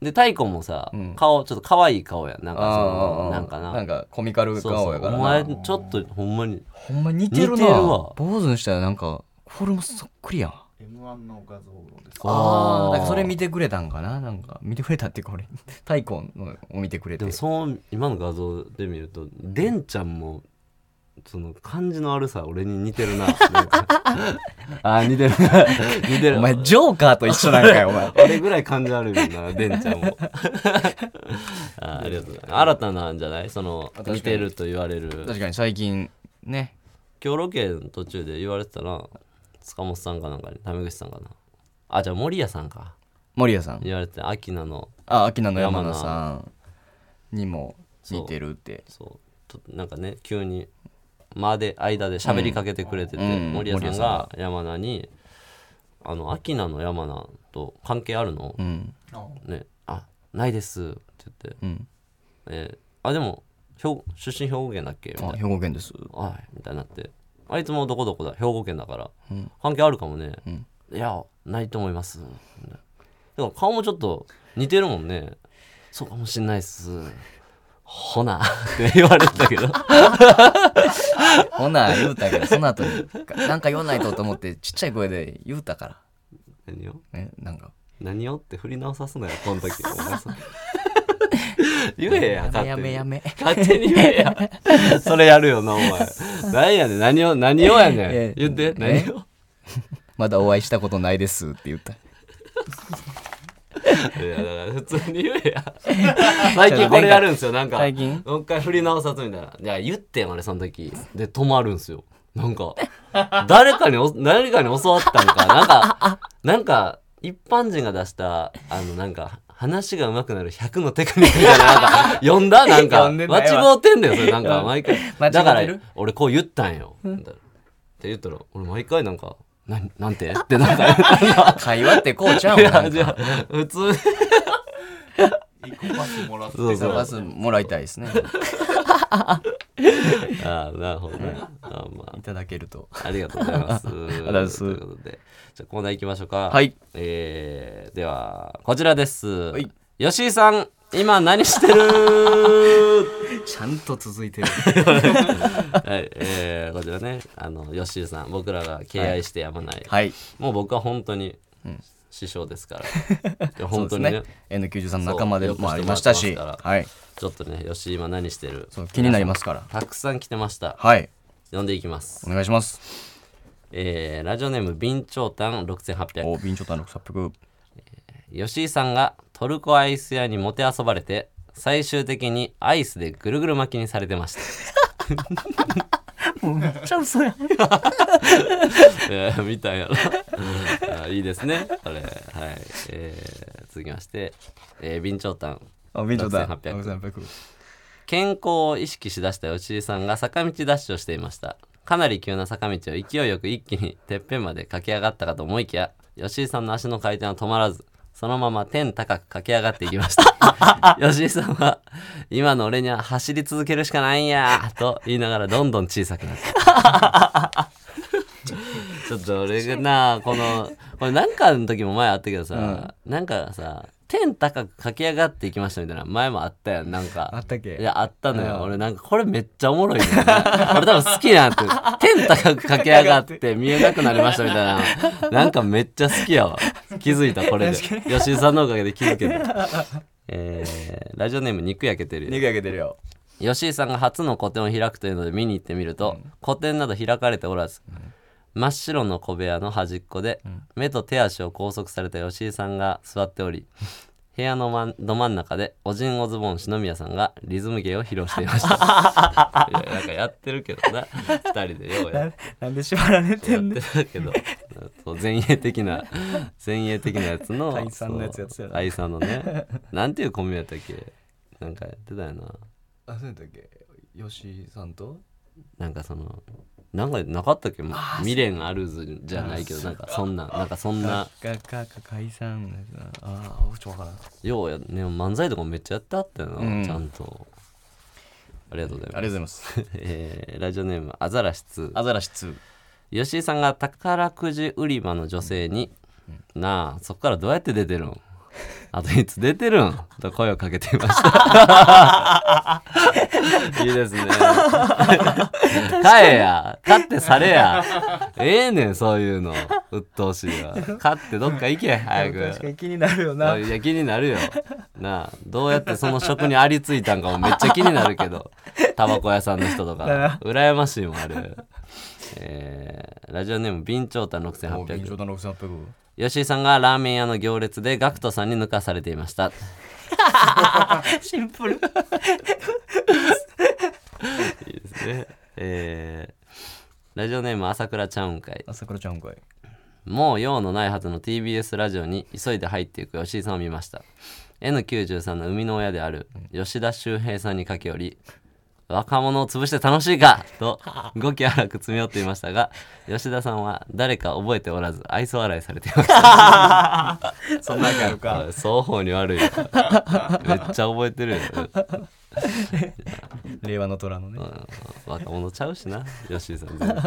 [SPEAKER 2] で太鼓もさ、
[SPEAKER 3] うん
[SPEAKER 2] 顔ちょっと可愛い顔やんなんかそ
[SPEAKER 3] あ
[SPEAKER 2] の
[SPEAKER 3] ー
[SPEAKER 2] なんかな
[SPEAKER 3] なんかコミカル
[SPEAKER 2] そうそ
[SPEAKER 3] 顔
[SPEAKER 2] う
[SPEAKER 3] や
[SPEAKER 2] お
[SPEAKER 3] からな
[SPEAKER 2] 前ちょっとほんまに
[SPEAKER 3] ほんま似てるな
[SPEAKER 2] 似てるわ
[SPEAKER 3] 坊主にしたらなんかフォルムそっくりやん
[SPEAKER 4] M1 の画像です
[SPEAKER 2] あ
[SPEAKER 4] か
[SPEAKER 2] ー
[SPEAKER 3] なんかそれ見てくれたんかななんか見てくれたっていうか俺 太鼓のを見てくれ
[SPEAKER 2] で
[SPEAKER 3] て
[SPEAKER 2] もそう今の画像で見るとでんちゃんもその感じの悪さ俺に似てる ななんかあー似てる 似てる
[SPEAKER 3] お前ジョーカーと一緒なんかよ お前
[SPEAKER 2] 俺ぐらい感じ悪いもんなでんちゃん もあーありがとうございます新たなんじゃないその
[SPEAKER 3] 確かに
[SPEAKER 2] 似てると言われる
[SPEAKER 3] 確かに最近ね
[SPEAKER 2] 今日ロケの途中で言われてたな塚本さんかなんかにタメ口さんかなあじゃあ森谷さんか
[SPEAKER 3] 森谷さん
[SPEAKER 2] 言われててアキナの
[SPEAKER 3] あ秋名の山名さんにも似てるって
[SPEAKER 2] そうとなんかね急に間で間で喋りかけてくれてて、
[SPEAKER 3] うん
[SPEAKER 2] 森谷さんが山名に「あの秋名の山名と関係あるの
[SPEAKER 3] うん
[SPEAKER 2] ね」あないです」って言って
[SPEAKER 3] うん
[SPEAKER 2] 「えーあでも兵出身兵庫県だっけ?」みたい
[SPEAKER 3] あ
[SPEAKER 2] な
[SPEAKER 3] 兵庫県です
[SPEAKER 2] 「はい」みたいになって「あいつもどこどこだ兵庫県だから、関係あるかもね」いやないと思います」みたいなでも顔もちょっと似てるもんねそうかもしんないっすほなって言われてたけど
[SPEAKER 3] ほな言うたけどその後に なんか言わないとと思ってちっちゃい声で言うたか
[SPEAKER 2] 何を
[SPEAKER 3] らねなんか
[SPEAKER 2] 何をって振り直さすなよこの時お前そ言えや勝手に
[SPEAKER 3] やめやめ
[SPEAKER 2] 勝手に言えやそれやるよなお前何やねん何を何をやねん
[SPEAKER 3] え
[SPEAKER 2] 言って
[SPEAKER 3] え
[SPEAKER 2] 何を
[SPEAKER 3] まだお会いしたことないですって言った
[SPEAKER 2] いやだから普通に言えや最近これやるんですよなんか
[SPEAKER 3] 最近
[SPEAKER 2] もう一回振り直さずみたいないや言ってん俺その時で止まるんすよなんか 誰かにお誰かに教わったんかなんかなんか一般人が出したあのなんか話が上手くなる100のテクニックみたいななんか読んだなんか
[SPEAKER 3] 読んで
[SPEAKER 2] 間
[SPEAKER 3] ないわ
[SPEAKER 2] 違うてんだよそれなんか毎回
[SPEAKER 3] 間違ってる
[SPEAKER 2] だから俺こう言ったんよみたいなって言ったら俺毎回なんかなんなんてってなんか
[SPEAKER 3] 会話ってこうちゃう
[SPEAKER 2] い
[SPEAKER 3] もんな
[SPEAKER 2] や
[SPEAKER 3] ん
[SPEAKER 2] じ
[SPEAKER 3] か
[SPEAKER 2] ゃあ普通に
[SPEAKER 4] 一個パスもらって
[SPEAKER 2] そうそう
[SPEAKER 3] 探すもらいたいです ね
[SPEAKER 2] ああ、なるほどね。あーまあ
[SPEAKER 3] い、ただけると
[SPEAKER 2] ありがとうござい ます。ありがとう
[SPEAKER 3] ございます
[SPEAKER 2] いうことで、じゃあコーナー行きましょうか。
[SPEAKER 3] はい。
[SPEAKER 2] えー、では、こちらです
[SPEAKER 3] い。
[SPEAKER 2] 吉井さん、今何してる
[SPEAKER 3] ちゃんと続いて る
[SPEAKER 2] はい、えー、こちらね、あの、吉井さん、僕らが敬愛してやまない。
[SPEAKER 3] はい
[SPEAKER 2] もう僕は本当に師匠です から。いや
[SPEAKER 3] そう
[SPEAKER 2] 本
[SPEAKER 3] で
[SPEAKER 2] 当
[SPEAKER 3] す
[SPEAKER 2] にね
[SPEAKER 3] ね N93 仲間で
[SPEAKER 2] そうよくしてもら
[SPEAKER 3] もあ
[SPEAKER 2] って
[SPEAKER 3] り
[SPEAKER 2] ま
[SPEAKER 3] ますし
[SPEAKER 2] から
[SPEAKER 3] たしはい
[SPEAKER 2] ちょっとね、吉井今何してる
[SPEAKER 3] そう気になりますから
[SPEAKER 2] たくさん来てました。
[SPEAKER 3] はい
[SPEAKER 2] 読んでいきます
[SPEAKER 3] お。願いします
[SPEAKER 2] えー、ラジオネーム、備長炭6800。
[SPEAKER 3] お備長炭600
[SPEAKER 2] 吉井さんがトルコアイス屋にもてあそばれて最終的にアイスでぐるぐる巻きにされてました
[SPEAKER 3] ちゃうそや
[SPEAKER 2] えーみたい なあいいですねこれはい、えー続きまして、えー、備長炭
[SPEAKER 3] あ備長炭
[SPEAKER 2] 6800
[SPEAKER 3] 6800
[SPEAKER 2] 健康を意識しだした吉井さんが坂道ダッシュをしていましたかなり急な坂道を勢いよく一気にてっぺんまで駆け上がったかと思いきや吉井さんの足の回転は止まらずそのまま天高く駆け上がっていきました 吉井さんは「今の俺には走り続けるしかないんや」と言いながらどんどん小さくなったちょっと俺がなこのこれなんかの時も前あったけどさ、なんかさ天高く駆け上がっていきましたみたいな前もあったやんなんか
[SPEAKER 3] あったっけ
[SPEAKER 2] いやあったのよ、
[SPEAKER 3] うん
[SPEAKER 2] 俺なんかこれめっちゃおもろいね 俺多分好きなんて天高く駆け上が って見えなくなりましたみたいななんかめっちゃ好きやわ気づいたこれで吉井さんのおかげで気づけたえーラジオネーム肉焼けてるよ
[SPEAKER 3] 肉焼けてるよ
[SPEAKER 2] 吉井さんが初の個展を開くというので見に行ってみると、個展など開かれておらず、真っ白の小部屋の端っこで、目と手足を拘束された吉井さんが座って おり部屋の、ま、ど真ん中でおじんおズボン篠宮さんがリズム芸を披露 していましたいやなんかやってるけどな2人でようやっ
[SPEAKER 3] なんで縛られて
[SPEAKER 2] やってるけどそう前衛的な前衛的なやつ の
[SPEAKER 3] 解散のやつやってたよな
[SPEAKER 2] そう解散のねなんていうコンビやったっけなんかやってたよな
[SPEAKER 3] あそうやったっけ吉井さんと
[SPEAKER 2] なんかそのなんかなかったっけ未練あるずじゃないけどなんかそんななんかそんな
[SPEAKER 3] がかか解散のやつなああちょっとわからん
[SPEAKER 2] ようやね漫才とかめっちゃやってあったよな、
[SPEAKER 3] うん
[SPEAKER 2] ちゃんとありがとうござい
[SPEAKER 3] あ
[SPEAKER 2] ま
[SPEAKER 3] りがとうございます。
[SPEAKER 2] す。えーラジオネームアザラシ2。
[SPEAKER 3] アザラシ2。
[SPEAKER 2] 吉井さんが宝くじ売り場の女性に「なあそこからどうやって出てるんあといつ出てるん?」と声をかけていました いいですね買えや買ってされやええねんそういうの鬱陶しいわ買ってどっか行け早く
[SPEAKER 3] 確かに気になるよ
[SPEAKER 2] あ
[SPEAKER 3] な。
[SPEAKER 2] いや気になるよなあどうやってその職にありついたんかもめっちゃ気になるけどタバコ屋さんの人とか羨ましいもんあれ、えーラジオネーム備長炭
[SPEAKER 3] もう緊
[SPEAKER 2] 6800
[SPEAKER 3] 張だな6800。
[SPEAKER 2] 吉井さんがラーメン屋の行列で GACKT さんに抜かされていました
[SPEAKER 5] シンプル。
[SPEAKER 2] いいですねえーラジオネーム朝倉ちゃうんかい
[SPEAKER 3] 朝倉ちゃんかい。
[SPEAKER 2] もう用のないはずの TBS ラジオに急いで入っていく吉井さんを見ました N93 の生みの親である吉田修平さんに駆け寄り若者を潰して楽しいかと語気荒く詰め寄っていましたが吉田さんは誰か覚えておらず愛想笑いされていました
[SPEAKER 3] そんなわけあるか。
[SPEAKER 2] 双方に悪いよめっちゃ覚えてるよ
[SPEAKER 3] 令和の虎のね。
[SPEAKER 2] うん若者ちゃうしな吉井さん全然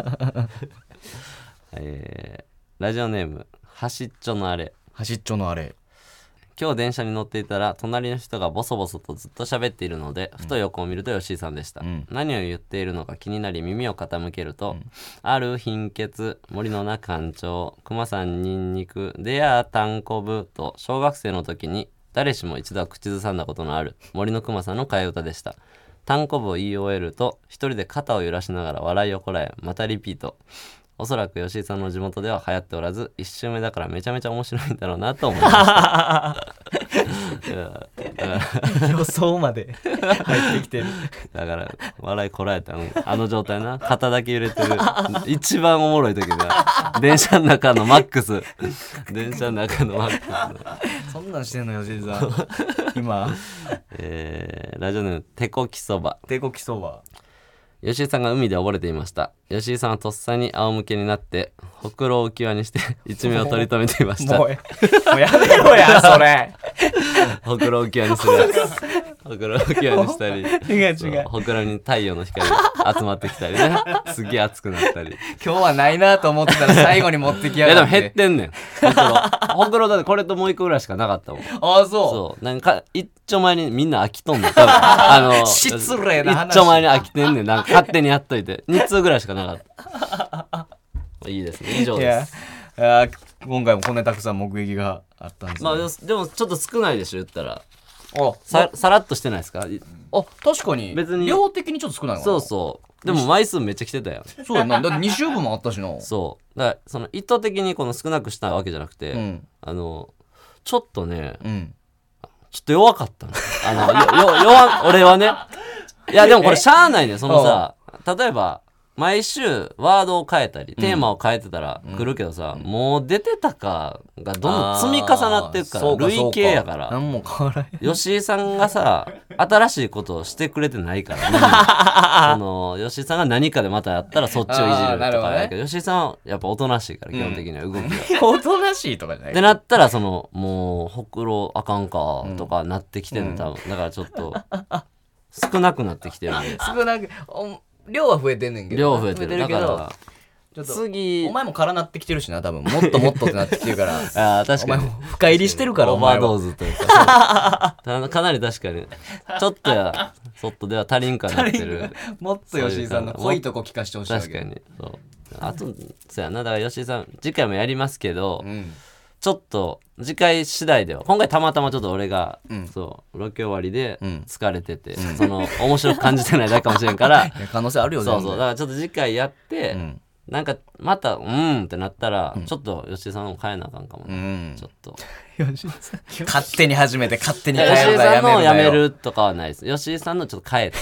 [SPEAKER 2] えーラジオネーム「端っちょのあれ」
[SPEAKER 3] 端っちょの あれ。
[SPEAKER 2] 今日電車に乗っていたら隣の人がボソボソとずっと喋っているのでふと横を見ると吉井さんでした、
[SPEAKER 3] ん
[SPEAKER 2] 何を言っているのか気になり耳を傾けると、ある貧血森の中館長熊さんニンニクでやたんこぶと小学生の時に誰しも一度は口ずさんだことのある森の熊さんの替え歌でしたたんこぶを言い終えると一人で肩を揺らしながら笑いをこらえまたリピートおそらく吉井さんの地元では流行っておらず一周目だからめちゃめちゃ面白いんだろうなと思いました
[SPEAKER 3] 予想まで入ってきてる。
[SPEAKER 2] だから笑いこらえたあのあの状態な肩だけ揺れてる一番おもろい時だ電車の中のマックス電車の中のマックスの、
[SPEAKER 3] そんなんしてんの吉井さん。 今、
[SPEAKER 2] えーラジオネーム「手こきそば
[SPEAKER 3] 手こきそば。」
[SPEAKER 2] 吉井さんが海で溺れていました吉井さんはとっさに仰向けになってほくろを浮き輪にして一命を取り留めていました
[SPEAKER 3] もうえ、もうやめろや、それ。
[SPEAKER 2] ほくろを浮き輪にするほくろを浮き輪にしたり
[SPEAKER 3] 違う
[SPEAKER 2] そう
[SPEAKER 3] 違う。
[SPEAKER 2] ほくろに太陽の光が集まってきたりねすげえ熱くなったり
[SPEAKER 3] 今日はないなと思ってたら最後に持ってき
[SPEAKER 2] い
[SPEAKER 3] や
[SPEAKER 2] やで
[SPEAKER 3] が
[SPEAKER 2] も
[SPEAKER 3] って。
[SPEAKER 2] 減ってん ねんほくろほくろだってこれともう一個ぐらいしかなかったもん
[SPEAKER 3] ああ、そ
[SPEAKER 2] そうなんか一丁前にみんな飽きとん ねん多分あの
[SPEAKER 3] 失礼な話
[SPEAKER 2] 一丁前に飽きてんねんなんか勝手にやっといて2通ぐらいしかなかったいいですね以上
[SPEAKER 3] う。い
[SPEAKER 2] で
[SPEAKER 3] や
[SPEAKER 2] す、
[SPEAKER 3] いや今回もこんなにたくさん目撃があったんですね
[SPEAKER 2] まあでもでもちょっと少ないでしょ言ったら
[SPEAKER 3] あ
[SPEAKER 2] ささらっとしてないですか
[SPEAKER 3] あ、確かに。
[SPEAKER 2] 別に
[SPEAKER 3] 量的にちょっと少ないのか
[SPEAKER 2] そ
[SPEAKER 3] な
[SPEAKER 2] うそうでも枚数めっちゃ来てたよ
[SPEAKER 3] う。そうやな。だって2週分もあったしな。
[SPEAKER 2] そうだからその意図的にこの少なくしたわけじゃなくて、
[SPEAKER 3] ん
[SPEAKER 2] あのちょっとね
[SPEAKER 3] うん。
[SPEAKER 2] ちょっと弱かったの。あの、よ、よ、弱、俺はね。いや、でもこれしゃあないね。そのさ、例えば、毎週ワードを変えたり、テーマを変えてたら来るけどさ、もう出てたかがどんどん積み重なっていくか
[SPEAKER 3] あー
[SPEAKER 2] ら、
[SPEAKER 3] そうそう
[SPEAKER 2] 累計やから。
[SPEAKER 3] 何も変わらへん。
[SPEAKER 2] 吉井さんがさ、新しいことをしてくれてない から、ね、その、吉井さんが何かでまたやったらそっちをいじる
[SPEAKER 3] あーなる
[SPEAKER 2] と
[SPEAKER 3] ほ
[SPEAKER 2] か
[SPEAKER 3] どね
[SPEAKER 2] やけど、吉井さんはやっぱおとなしいから、基本的には動きが。
[SPEAKER 3] おとなしいとかじゃな
[SPEAKER 2] っ
[SPEAKER 3] い
[SPEAKER 2] てなったらそのもうほくろあかんかとかなってきてるの多分だからちょっと少なくなってきてるんで
[SPEAKER 3] 少なくお量は増えてんねんけど
[SPEAKER 2] 量増えてるだから
[SPEAKER 3] ちょっと
[SPEAKER 2] 次
[SPEAKER 3] お前も空なってきてるしな多分もっともっとってなってきてるから
[SPEAKER 2] あー 確か
[SPEAKER 3] お前
[SPEAKER 2] に
[SPEAKER 3] も深入りしてるから
[SPEAKER 2] オーバードー
[SPEAKER 3] ズ
[SPEAKER 2] ズというかそうたかなり確かにちょっとやそっとでは足りんかなってる
[SPEAKER 3] もっと吉井さんの濃いとこ聞かしてほしいわけ
[SPEAKER 2] 確かにそうあとそうやなだから吉井さん次回もやりますけど、
[SPEAKER 3] うん
[SPEAKER 2] ちょっと次回次第では今回たまたまちょっと俺が、そうロケ終わりで
[SPEAKER 3] ん
[SPEAKER 2] 疲れてて、その面白く感じてないだけかもしれん から
[SPEAKER 3] いや可能性あるよね
[SPEAKER 2] そうそうだからちょっと次回やって、
[SPEAKER 3] ん
[SPEAKER 2] なんかまた「うん」ってなったら、ちょっと吉井さんも変えなあかんかも
[SPEAKER 3] う
[SPEAKER 2] ね、
[SPEAKER 3] ん
[SPEAKER 2] ちょっと
[SPEAKER 3] 勝手に始 めて勝手に
[SPEAKER 2] い
[SPEAKER 3] 変え
[SPEAKER 2] や吉井
[SPEAKER 3] るから
[SPEAKER 2] さんのや
[SPEAKER 3] やめ
[SPEAKER 2] め
[SPEAKER 3] るなよ
[SPEAKER 2] るとかはないです吉井さんのちょっと変えて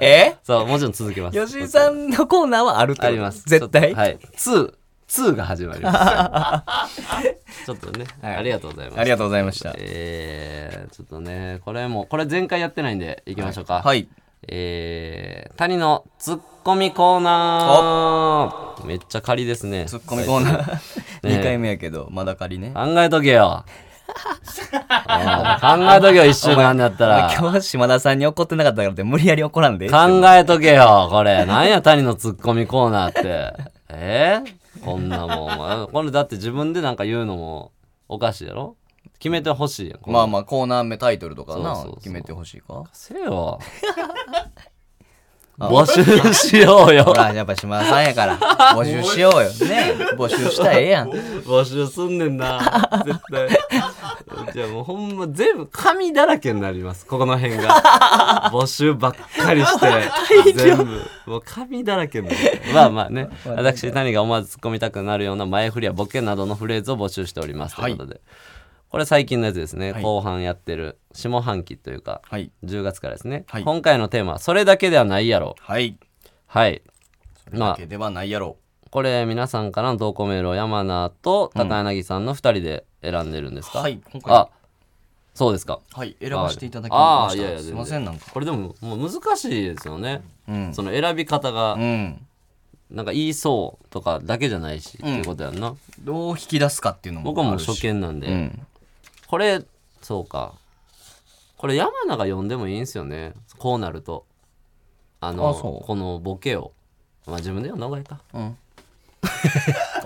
[SPEAKER 3] え
[SPEAKER 2] そうもちろん続けます
[SPEAKER 3] 吉井さんのコーナーはあるってこと
[SPEAKER 2] あります
[SPEAKER 3] 絶
[SPEAKER 2] ちょっ
[SPEAKER 3] 対
[SPEAKER 2] とはい2 2が始まります。 ちょっとね、
[SPEAKER 3] はい
[SPEAKER 2] ありがとうございます
[SPEAKER 3] あり。がとうございました
[SPEAKER 2] えー、ちょっとねこれもこれ前回やってないんでいきましょうか
[SPEAKER 3] はい
[SPEAKER 2] えー、谷のツッコミコーナーめっちゃ仮ですね
[SPEAKER 3] ツッコミコーナー
[SPEAKER 2] ね
[SPEAKER 3] 2回目やけどまだ仮ね
[SPEAKER 2] 考えとけよおい考えとけよ、一週間だったら。
[SPEAKER 3] 今日島田さんに怒ってなかったからって無理やり怒らんで
[SPEAKER 2] 考えとけよ、これ。なんや、谷のツッコミコーナーって。えーこんなもんお前。これだって自分でなんか言うのもおかしいやろ決めてほしいやん。
[SPEAKER 3] まあ
[SPEAKER 2] あ。
[SPEAKER 3] まあコーナー名タイトルとかな
[SPEAKER 2] そうそうそう
[SPEAKER 3] 決めてほしいか
[SPEAKER 2] せよ。募集しよう
[SPEAKER 3] ほ
[SPEAKER 2] よ。
[SPEAKER 3] らやっぱ島田さんやから 募集しようよね募集したらええ やん
[SPEAKER 2] 募集すんねんな。絶対。じゃあもうほんま全部紙だらけになります。ここの辺が。募集ばっかりして、全部。もう紙だらけになる。まあまあね。私、谷が思わず突っ込みたくなるような前振りやボケなどのフレーズを募集しております。ということで。これ最近のやつですね。
[SPEAKER 3] はい
[SPEAKER 2] 後半やってる下半期というか、
[SPEAKER 3] はい
[SPEAKER 2] 10月からですね。
[SPEAKER 3] はい
[SPEAKER 2] 今回のテーマは、それだけではないやろ。
[SPEAKER 3] はい
[SPEAKER 2] はい。ま
[SPEAKER 3] わ
[SPEAKER 2] あ
[SPEAKER 3] けではないやろ
[SPEAKER 2] これ皆さんからの投稿メールを山名と高柳さんの2人で選んでるんですか、
[SPEAKER 3] はい今回
[SPEAKER 2] あそうですか
[SPEAKER 3] はい選ばせていただきま
[SPEAKER 2] あー
[SPEAKER 3] し
[SPEAKER 2] いやいや
[SPEAKER 3] た
[SPEAKER 2] 全
[SPEAKER 3] す
[SPEAKER 2] 然
[SPEAKER 3] いませんなんか
[SPEAKER 2] これでももう難しいですよね、
[SPEAKER 3] うん
[SPEAKER 2] その選び方
[SPEAKER 3] う
[SPEAKER 2] が
[SPEAKER 3] ん
[SPEAKER 2] なんか言いそうとかだけじゃないし、っていうことやんな
[SPEAKER 3] どう引き出すかっていうのも
[SPEAKER 2] 僕はも
[SPEAKER 3] あ
[SPEAKER 2] う
[SPEAKER 3] るし
[SPEAKER 2] 初見なんで、
[SPEAKER 3] うん
[SPEAKER 2] これそうかこれ山名が呼んでもいいんですよねこうなるとあの
[SPEAKER 3] あそう
[SPEAKER 2] このボケをまあ自分で呼んだ方がいいか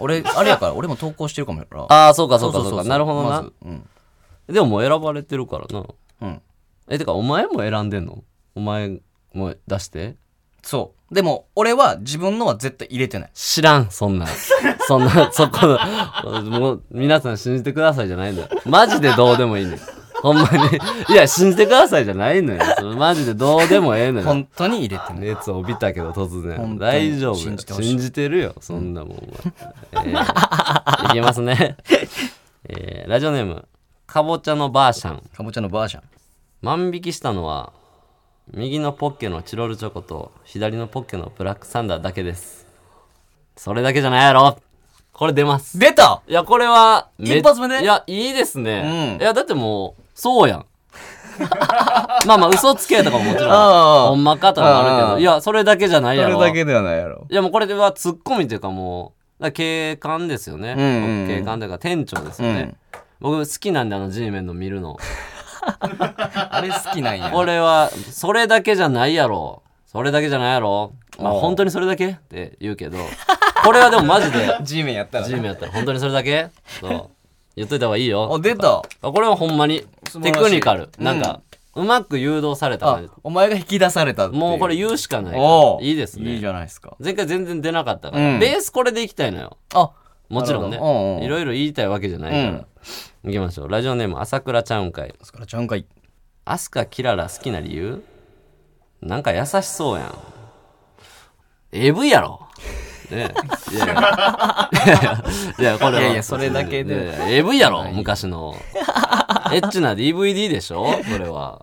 [SPEAKER 3] 俺あれやから俺も投稿してるかもやから
[SPEAKER 2] ああそうかそうかそうかなるほどな、
[SPEAKER 3] まずうん
[SPEAKER 2] でももう選ばれてるからな
[SPEAKER 3] うん
[SPEAKER 2] えてかお前も選んでんのお前も出して
[SPEAKER 3] そうでも俺は自分のは絶対入れてない
[SPEAKER 2] 知らんそんなんそんな そこのもう皆さん信じてくださいじゃないのよマジでどうでもいいのよほんまにいや信じてくださいじゃないのよそれマジでどうでもええのよ
[SPEAKER 3] 本当に入れてない
[SPEAKER 2] 熱を帯びたけど突
[SPEAKER 3] 本当
[SPEAKER 2] 然
[SPEAKER 3] に
[SPEAKER 2] 大丈夫よ
[SPEAKER 3] 信じてほしい
[SPEAKER 2] 信じてるよそんなもんは、えーいけますね、えーラジオネームかぼちゃのばあしゃん
[SPEAKER 3] かぼちゃのバージョン
[SPEAKER 2] 万引きしたのは右のポッケのチロルチョコと左のポッケのブラックサンダーだけですそれだけじゃないやろこれ出ます
[SPEAKER 3] 出た
[SPEAKER 2] いやこれはめ
[SPEAKER 3] 一発目で
[SPEAKER 2] いやいいですね、
[SPEAKER 3] うん
[SPEAKER 2] いやだってもうそうやん まあまあ嘘つけとかももちろん
[SPEAKER 3] ああ
[SPEAKER 2] ほんまかとかもあるけ
[SPEAKER 3] ああ
[SPEAKER 2] どいやそれだけじゃないやろ
[SPEAKER 3] ではないやろ
[SPEAKER 2] いやもうこれはツッコミというかもうだから警官ですよね、
[SPEAKER 3] うんうんうん
[SPEAKER 2] 警官というか店長ですよね、僕好きなんであの G メンの見るの
[SPEAKER 3] あれ好きなんや
[SPEAKER 2] 俺はそれだけじゃないやろそれだけじゃないやろまあ
[SPEAKER 3] おう
[SPEAKER 2] 本当にそれだけって言うけどこれはでもマジで
[SPEAKER 3] G メンやったら
[SPEAKER 2] G メンやったら本当にそれだけそう言っといた方がいい
[SPEAKER 3] あ
[SPEAKER 2] よ
[SPEAKER 3] 出た
[SPEAKER 2] これはほんまに
[SPEAKER 3] 素
[SPEAKER 2] テ
[SPEAKER 3] 晴らしい
[SPEAKER 2] クニカルなんかうまく誘導された
[SPEAKER 3] あ
[SPEAKER 2] 感
[SPEAKER 3] お前が引き出されたって
[SPEAKER 2] じ
[SPEAKER 3] い
[SPEAKER 2] もうこれ言うしかない
[SPEAKER 3] お
[SPEAKER 2] からいいです
[SPEAKER 3] いいじ
[SPEAKER 2] ね
[SPEAKER 3] ゃないですか
[SPEAKER 2] 前回全然出なかったから
[SPEAKER 3] うん
[SPEAKER 2] ベースこれでいきたいのよ
[SPEAKER 3] あ
[SPEAKER 2] もちろん
[SPEAKER 3] なるほどうん
[SPEAKER 2] ね
[SPEAKER 3] うん
[SPEAKER 2] いろいろ言いたいわけじゃないから行きましょうラジオネーム朝倉ちゃうんかい
[SPEAKER 3] そからちゃんかい
[SPEAKER 2] アスカキララ好きな理由なんか優しそうやん。AV やろねえ。いやい や、いやこれはい
[SPEAKER 3] やいやそれだけで
[SPEAKER 2] いやいや AV やろ昔の。エッチな DVD でしょそれは。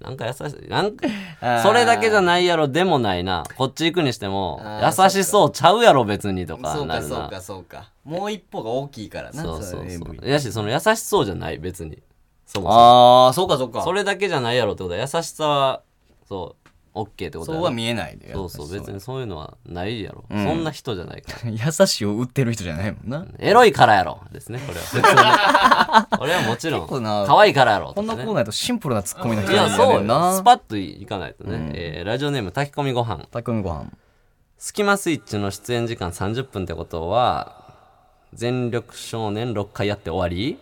[SPEAKER 2] なんか優しい。なんか
[SPEAKER 3] ー
[SPEAKER 2] それだけじゃないやろ、でもないな。こっち行くにしても、優しそうちゃうやろ、別にとかなるな。
[SPEAKER 3] そうかもう一歩が大きいから
[SPEAKER 2] そうそうそう。やし、その優しそうじゃない、別に。そもそも。
[SPEAKER 3] ああそうかそうか
[SPEAKER 2] それだけじゃないやろってことは優しさはそうオッケーってこと
[SPEAKER 3] そう
[SPEAKER 2] や
[SPEAKER 3] は
[SPEAKER 2] ね
[SPEAKER 3] 見えないで
[SPEAKER 2] そうそう別にそういうのはないやろ、
[SPEAKER 3] ん
[SPEAKER 2] そんな人じゃないから
[SPEAKER 3] 優しいを売ってる人じゃないもんな
[SPEAKER 2] エロいからやろですねこれは普通に 俺はもちろん
[SPEAKER 3] 結構な
[SPEAKER 2] 可愛いからやろ
[SPEAKER 3] ことん
[SPEAKER 2] か
[SPEAKER 3] な
[SPEAKER 2] ね
[SPEAKER 3] コーナーやとシンプルなツッコミの人
[SPEAKER 2] いや
[SPEAKER 3] なんだ
[SPEAKER 2] そう
[SPEAKER 3] よ
[SPEAKER 2] よ
[SPEAKER 3] な
[SPEAKER 2] スパッといかないとね、えーラジオネーム炊き込みご飯
[SPEAKER 3] 炊き込みご飯
[SPEAKER 2] スキマスイッチの出演時間30分ってことは全力少年6回やって終わり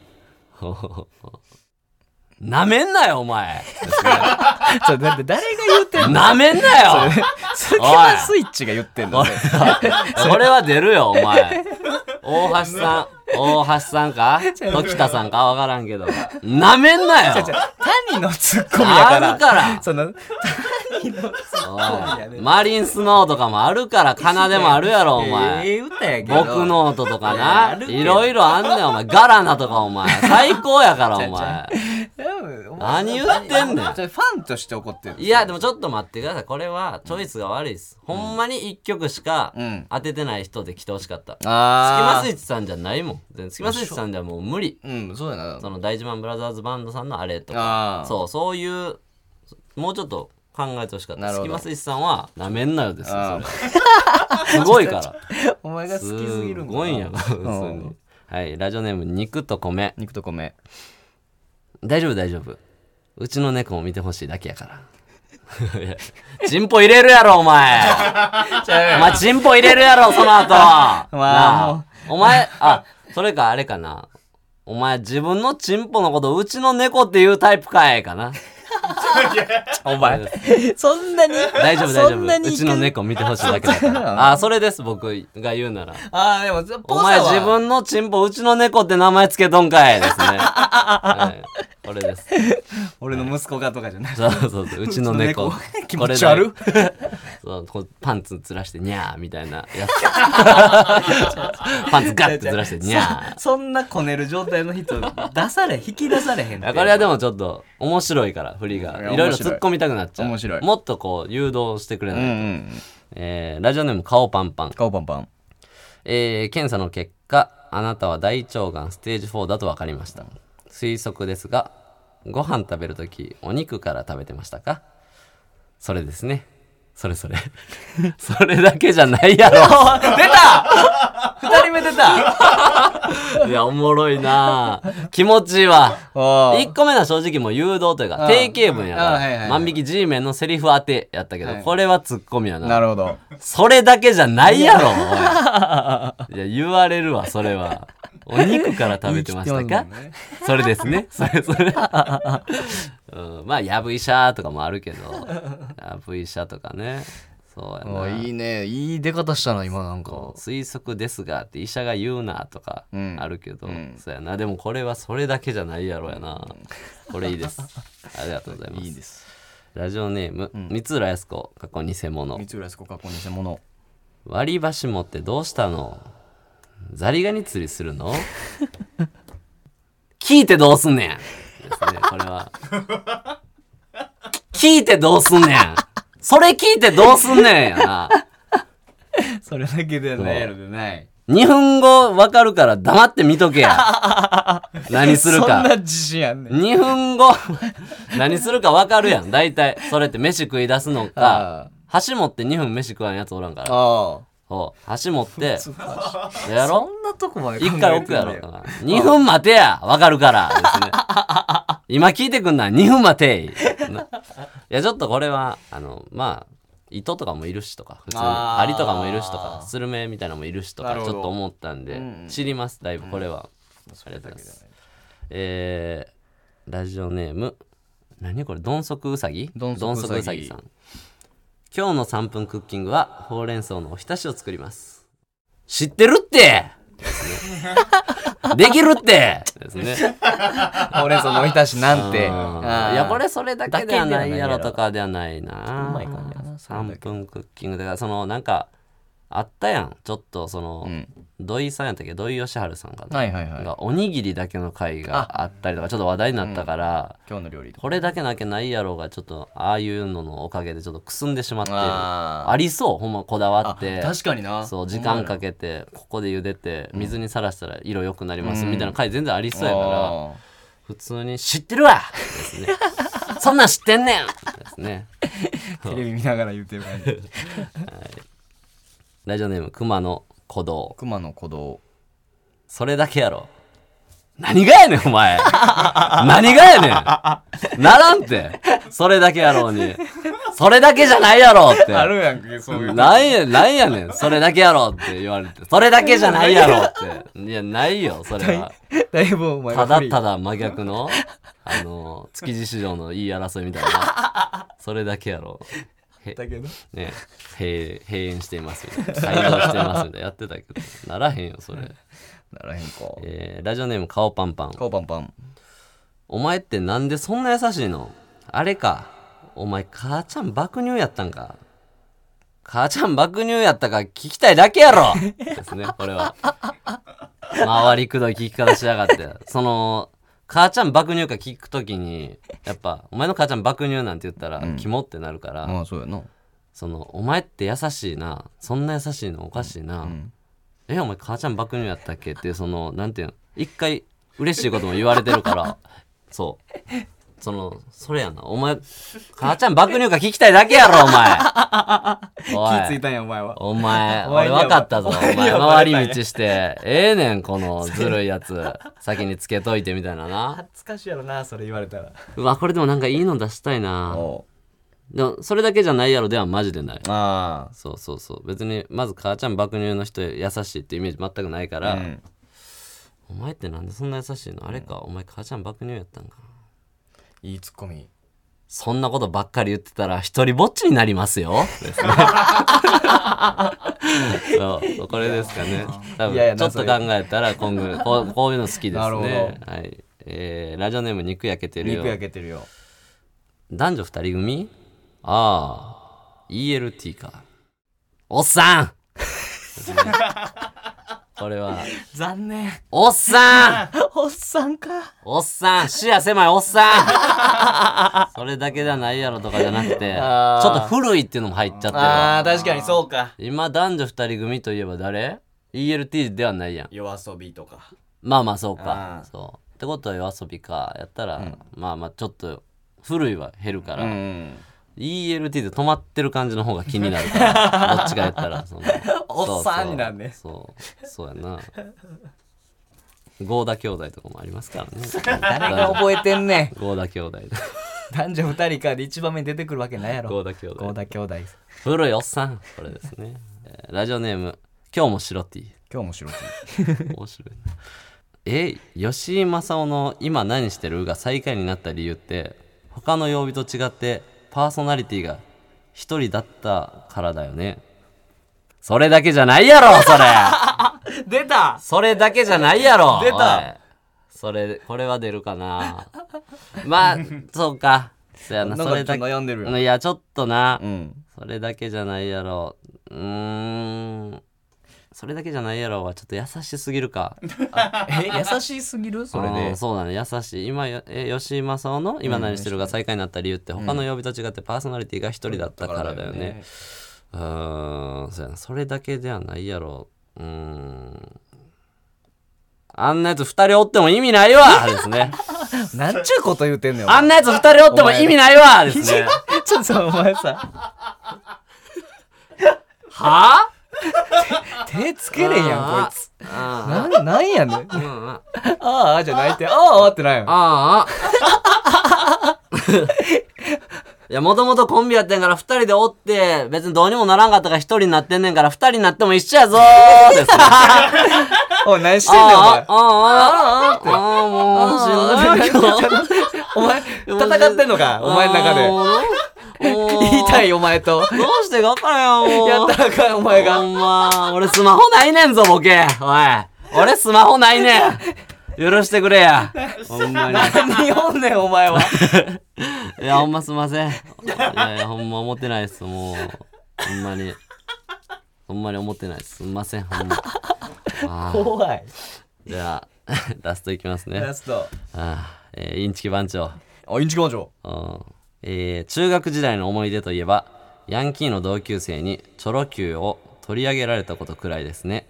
[SPEAKER 2] なめんなよお 前
[SPEAKER 3] それだって誰が言ってんの
[SPEAKER 2] なめんなよ
[SPEAKER 3] それからスイッチが言ってんのそれ
[SPEAKER 2] それは出るよ、お 前。大橋さん、大橋さんか時田さんかわからんけど。なめんなよ
[SPEAKER 3] 谷のツッコミやから
[SPEAKER 2] あるから
[SPEAKER 3] その
[SPEAKER 2] おいマリンスノーとかもあるから、奏でもあるやろ、お前。
[SPEAKER 3] ええ歌やけど
[SPEAKER 2] 僕の音とか
[SPEAKER 3] あ
[SPEAKER 2] な。
[SPEAKER 3] るけど
[SPEAKER 2] いろいろあんねん、お前。ガラナとか、お前。最高や から、お前。何言ってんねん
[SPEAKER 3] それファンとして怒ってる
[SPEAKER 2] いや、でもちょっと待ってください。これは、チョイスが悪いです。ほんまに一曲しか
[SPEAKER 3] うん
[SPEAKER 2] 当ててない人で来てほしかった。スキマ
[SPEAKER 3] あ
[SPEAKER 2] スイ
[SPEAKER 3] ー
[SPEAKER 2] ッチさんじゃないもん。全然スキマスイッチさんじゃもう無理。
[SPEAKER 3] うんそうやな
[SPEAKER 2] その大事マンブラザーズバンドさんのあれとか
[SPEAKER 3] ああう
[SPEAKER 2] そうそういうもうちょっと考えてほしかった
[SPEAKER 3] なる
[SPEAKER 2] ス
[SPEAKER 3] ほど
[SPEAKER 2] キマスイッチさんはなめんなよですよ
[SPEAKER 3] あ
[SPEAKER 2] それすごいから
[SPEAKER 3] お前 が好きすぎる
[SPEAKER 2] ごいんや
[SPEAKER 3] ん
[SPEAKER 2] か
[SPEAKER 3] だ
[SPEAKER 2] ら普通にはいラジオネーム肉と米
[SPEAKER 3] 肉と米
[SPEAKER 2] 大丈夫大丈夫うちの猫も見てほしいだけやから いやチンポ入れるやろお前お前チンポ入れるやろその後、なあ
[SPEAKER 3] も
[SPEAKER 2] お前あそれかあれかなお前自分のチンポのことうちの猫っていうタイプかいかな お前
[SPEAKER 5] そんなに
[SPEAKER 2] 大丈夫大
[SPEAKER 5] そ
[SPEAKER 2] 丈
[SPEAKER 5] んな
[SPEAKER 2] 夫
[SPEAKER 5] に
[SPEAKER 2] う
[SPEAKER 5] い
[SPEAKER 2] ち
[SPEAKER 5] く
[SPEAKER 2] の猫見てほしいだけだからあそれです僕が言うなら
[SPEAKER 3] ああでも
[SPEAKER 2] お前自分のチンポうちの猫って名前つけとんかいですねはいこれです
[SPEAKER 3] 俺の息子がとかじゃない
[SPEAKER 2] そうそうそううちの猫
[SPEAKER 3] うちの猫気持ち悪っ
[SPEAKER 2] これだよそうこうパンツずらしてニャーみたいなや つパンツガッてずらしてニャー
[SPEAKER 3] そそんなこねる状態の人出され引き出されへん
[SPEAKER 2] いやこれはでもちょっと面白いから振りが
[SPEAKER 3] いや
[SPEAKER 2] いろいろ
[SPEAKER 3] 面白い
[SPEAKER 2] 突っ込みたくなっちゃう
[SPEAKER 3] 面白い
[SPEAKER 2] もっとこう誘導してくれ
[SPEAKER 3] う
[SPEAKER 2] なんい、
[SPEAKER 3] うん
[SPEAKER 2] えーラジオネーム顔パンパン
[SPEAKER 3] 顔パンパン
[SPEAKER 2] えー検査の結果あなたは大腸がんステージ4だと分かりました推測ですがご飯食べるときお肉から食べてましたかそれですねそれ それそれだけじゃない やろ
[SPEAKER 3] 二人目出 た
[SPEAKER 2] いやおもろいなあ気持ちいいわ1個目のは正直もう誘導という
[SPEAKER 3] う
[SPEAKER 2] か
[SPEAKER 3] ん
[SPEAKER 2] 定型文やか
[SPEAKER 3] あはいは
[SPEAKER 2] ら
[SPEAKER 3] い
[SPEAKER 2] 万引き G メンのセリフ当てやったけど
[SPEAKER 3] はい
[SPEAKER 2] これはツッコミや
[SPEAKER 3] な
[SPEAKER 2] な
[SPEAKER 3] る ほど
[SPEAKER 2] それだけじゃないやろおいいや言われるわそれはお肉から食べてました
[SPEAKER 3] 生きて
[SPEAKER 2] か
[SPEAKER 3] ますもんね
[SPEAKER 2] それですね。それそれ。うん、まあ、やぶ医者とかもあるけど、やぶ医者とかね。そうや
[SPEAKER 3] あ
[SPEAKER 2] な。
[SPEAKER 3] いいねいい出方したな今なんか
[SPEAKER 2] 推測ですがって医者が言うなとか
[SPEAKER 3] うん
[SPEAKER 2] あるけど、
[SPEAKER 3] うん
[SPEAKER 2] そうやな。でもこれはそれだけじゃないやろやな。これいい です。ありがとうございます。
[SPEAKER 3] いいです
[SPEAKER 2] ラジオネーム、
[SPEAKER 3] ん
[SPEAKER 2] 三浦靖子、過去偽物。
[SPEAKER 3] 三浦靖子過去偽物
[SPEAKER 2] 割り箸持ってどうしたのザリガニ釣りするの 聞いてどうすんねんですね、これ は。き聞いてどうすんねんそれ聞いてどうすんねんやな。
[SPEAKER 3] それだけで
[SPEAKER 2] ないやろ
[SPEAKER 3] でない
[SPEAKER 2] 2分後わかるから黙って見とけや。 何する
[SPEAKER 3] そんな
[SPEAKER 2] か。
[SPEAKER 3] 自信あんねん
[SPEAKER 2] 2分後、 何するかわかるやん。大体。それって飯食い出すのか
[SPEAKER 3] あ、
[SPEAKER 2] 箸持って2分飯食わんやつおらんから。
[SPEAKER 3] あ
[SPEAKER 2] そう。箸持 って、
[SPEAKER 3] あ
[SPEAKER 2] やろ
[SPEAKER 3] そんなとこまで考えて
[SPEAKER 2] 一
[SPEAKER 3] んだ
[SPEAKER 2] 回
[SPEAKER 3] よ
[SPEAKER 2] 置くやろうかな。2分待てやわかるからですね。今聞いてくんな !2 分待てないや、ちょっとこれは、あの、まあ、糸とかもいるしとか、普通に、
[SPEAKER 3] あー
[SPEAKER 2] 針とかもいるしとか、スルメみたいなのもいるしとか、
[SPEAKER 3] な
[SPEAKER 2] ちょっ
[SPEAKER 3] るほど
[SPEAKER 2] と思ったんで、
[SPEAKER 3] うん
[SPEAKER 2] 知ります、だいぶこれは。ありがとうございます。えー、ラジオネーム、何これ、鈍足うさぎ
[SPEAKER 3] 鈍足うさぎ
[SPEAKER 2] 鈍さん。今日の3分クッキングは、ほうれん草のおひたしを作ります。知ってる ってできるってですね。
[SPEAKER 3] ほうれん草のおひたしなんて
[SPEAKER 2] あーいや、これそれだけではないやろ
[SPEAKER 3] だけではないやろ
[SPEAKER 2] とかではないな。
[SPEAKER 3] うまい感じやなそれだけ
[SPEAKER 2] 3分クッキングだから、そのなんか、あったやん。ちょっとその、
[SPEAKER 3] うん
[SPEAKER 2] 土井さんやったっけ土井善晴さんかな。
[SPEAKER 3] はいはいはい
[SPEAKER 2] がおにぎりだけの回があったりとか、ちょっと話題になったから、
[SPEAKER 3] 今日の料理
[SPEAKER 2] これだけなきゃないやろうが、ちょっとああいうののおかげでちょっとくすんでしまってる。
[SPEAKER 3] あー
[SPEAKER 2] ありそう、ほんまこだわって。
[SPEAKER 3] 確かにな
[SPEAKER 2] そう時間か
[SPEAKER 3] け
[SPEAKER 2] けてここで茹でて水にさらしたら色良くなりますみたいな回全然ありそうやから普通に「知ってるわ!」ですね「そんなん知ってんねん!」ですね
[SPEAKER 3] テレビ見ながら言ってる感じ
[SPEAKER 2] ラジオネーム熊野鼓動
[SPEAKER 3] 熊の鼓動
[SPEAKER 2] それだけやろ何がやねんお前何がやねんならんてそれだけやろうにそれだけじゃないやろって
[SPEAKER 3] あるやんけそういう
[SPEAKER 2] なんや、なんやねん。それだけやろって言われて。それだけじゃないやろって。いや、ないよ、それは。
[SPEAKER 3] だいぶお前
[SPEAKER 2] た
[SPEAKER 3] が
[SPEAKER 2] だ
[SPEAKER 3] 不利
[SPEAKER 2] ただ真逆の、あの、築地市場の言い争いみたいな。それだけやろ。へ
[SPEAKER 3] だけど
[SPEAKER 2] ね、閉閉園していますみたいな。開業してますみたいな。やってたけど、ならへんよ、それ。
[SPEAKER 3] ならへんか
[SPEAKER 2] えーラジオネーム、顔パンパン。
[SPEAKER 3] 顔パンパン
[SPEAKER 2] お前ってなんでそんな優しいのあれか。お前、母ちゃん爆乳やったんか。母ちゃん爆乳やったか聞きたいだけやろですね、これは。回りくどい聞き方しやがって。その、母ちゃん爆乳か聞くときに、やっぱ、お前の母ちゃん爆乳なんて言ったら、キモってなるから、
[SPEAKER 3] まあそうやな
[SPEAKER 2] その、お前って優しいな。そんな優しいのおかしいな。え、お前母ちゃん爆乳やったっ けっていう、その、なんていうの、一回嬉しいことも言われてるから、そう。そのそれやなお前母ちゃん爆乳か聞きたいだけやろお 前お
[SPEAKER 3] 気ついたんやお前は
[SPEAKER 2] お前、
[SPEAKER 3] お
[SPEAKER 2] 俺
[SPEAKER 3] 前には
[SPEAKER 2] 分かったぞ、お
[SPEAKER 3] お前
[SPEAKER 2] 前。
[SPEAKER 3] にはバ
[SPEAKER 2] 回
[SPEAKER 3] レたんや
[SPEAKER 2] り道して、ええねん、このずるいやつ。先につけといてみたいなな。
[SPEAKER 3] 恥ずかしいやろなそれ言われたら
[SPEAKER 2] うわ、これでもなんかいいの出したいな。
[SPEAKER 3] お
[SPEAKER 2] でも、それだけじゃないやろではマジでない。
[SPEAKER 3] あ
[SPEAKER 2] そうそうそう。別に、まず母ちゃん爆乳の人優しいってイメージ全くないか
[SPEAKER 3] あ
[SPEAKER 2] ら、
[SPEAKER 3] うん
[SPEAKER 2] お前ってなんでそんな優しいのあれか、お前母ちゃん爆乳やったんかな。
[SPEAKER 3] いいツッコミ
[SPEAKER 2] そんなことばっかり言ってたら、一人ぼっちになりますよ。です ねそう、これですかね。多
[SPEAKER 3] いやいや
[SPEAKER 2] 分ちょ
[SPEAKER 3] な
[SPEAKER 2] っと
[SPEAKER 3] そ
[SPEAKER 2] 考
[SPEAKER 3] れ
[SPEAKER 2] えたら、今後、こう、こういうの好きで
[SPEAKER 3] な
[SPEAKER 2] す
[SPEAKER 3] るほど
[SPEAKER 2] ね。はい。えーラジオネーム肉焼けてるよ
[SPEAKER 3] 肉。焼けてるよ
[SPEAKER 2] 男女二人組ああ、ELT か。おっさ ん ですねこれは、
[SPEAKER 5] 残 念。
[SPEAKER 2] おっさん
[SPEAKER 5] おっさんか。
[SPEAKER 2] おっさん視野狭いおっさん それだけじゃないやろとかじゃなくて、ち
[SPEAKER 3] あー
[SPEAKER 2] ょっと古いっていうのも入っちゃってるわ。
[SPEAKER 3] あ確かにそうか
[SPEAKER 2] 今男女二人組といえば誰 ?ELT ではないやん。
[SPEAKER 3] 夜遊びとか
[SPEAKER 2] まあまあそうか
[SPEAKER 3] あ。ー
[SPEAKER 2] そう。ってことは夜遊びか。やったら、まあまあちょっと古いは減るから、
[SPEAKER 3] ん
[SPEAKER 2] ELT で止まってる感じの方が気になる から。どっちかやったら、その。
[SPEAKER 3] おっさんになんね
[SPEAKER 2] そう、そうそうや な。合田兄弟とかもありますからね。
[SPEAKER 3] 誰が覚えてん ねん
[SPEAKER 2] 合田兄弟。
[SPEAKER 3] 男女二人かで一番目に出てくるわけないやろ
[SPEAKER 2] 合田兄弟
[SPEAKER 3] 合。田兄弟
[SPEAKER 2] 古いおっさんこれですね、えーラジオネーム今日も白 T
[SPEAKER 3] 今日も白い
[SPEAKER 2] 面白いなえ吉井正夫の「今何してる?」が最下位になった理由って他の曜日と違ってパーソナリティが一人だったからだよねそれだけじゃないやろそれ
[SPEAKER 3] 出た
[SPEAKER 2] それだけじゃないやろ
[SPEAKER 3] 出た
[SPEAKER 2] おいそれこれは出るかなまあそうかそや
[SPEAKER 3] な
[SPEAKER 2] なん
[SPEAKER 3] か
[SPEAKER 2] それだ
[SPEAKER 3] ちょっと悩んでるよ
[SPEAKER 2] いやちょっとな、
[SPEAKER 3] うん
[SPEAKER 2] それだけじゃないやろうーんそれだけじゃないやろはちょっと優しすぎるか
[SPEAKER 3] え優しすぎ るそれ
[SPEAKER 2] う
[SPEAKER 3] で
[SPEAKER 2] んそうだね優しい今よえ吉井正夫の「今何してる?」が最下位になった理由って他の曜日と違ってパーソナリティが一人だったからだよねうーんそうやなそれだけではないやろううーんあんなやつ二人おっても意味ないわです ね
[SPEAKER 3] なんちゅうこと言うてんねんお前
[SPEAKER 2] あんなやつ二人おっても意味ないわですね
[SPEAKER 3] ちょっとさお前さ
[SPEAKER 2] は
[SPEAKER 3] 手つけれんやんこいつ
[SPEAKER 2] ああ
[SPEAKER 3] なんなんやねん
[SPEAKER 2] あうんうん
[SPEAKER 3] ああじゃないってああってないよ
[SPEAKER 2] ああ。いや、もともとコンビやってんから、二人でおって、別にどうにもならんかったから一人になってんねんから、二人になっても一緒やぞーです。あ
[SPEAKER 3] おい何してんねん
[SPEAKER 2] あ、あ
[SPEAKER 3] お前
[SPEAKER 2] あ、ああ、もうしんどいよ。
[SPEAKER 3] お前戦ってんのかお前の中で
[SPEAKER 2] で。もう
[SPEAKER 3] 言いたいお前
[SPEAKER 2] ど
[SPEAKER 3] と
[SPEAKER 2] うしてか分からんよ、もう。
[SPEAKER 3] やったらあかんお前
[SPEAKER 2] ほ
[SPEAKER 3] が
[SPEAKER 2] んま、俺スマホないねんぞ、ボケ。おい。俺スマホないねん。許してくれや。ほんまに。
[SPEAKER 3] 何おんねんお前はい
[SPEAKER 2] や、ほんますいません。いやいや、ほんま思ってないです、もう。ほんまに。ほんまに思ってないです。すんません、ほんま。あー
[SPEAKER 3] 怖い
[SPEAKER 2] じゃあ、 ラストいきますね
[SPEAKER 3] ラ。スト
[SPEAKER 2] あーえーインチキ番長。
[SPEAKER 3] あインチキ番長
[SPEAKER 2] うんえー中学時代の思い出といえば、ヤンキーの同級生にチョロ Q を取り上げられたことくらいですね。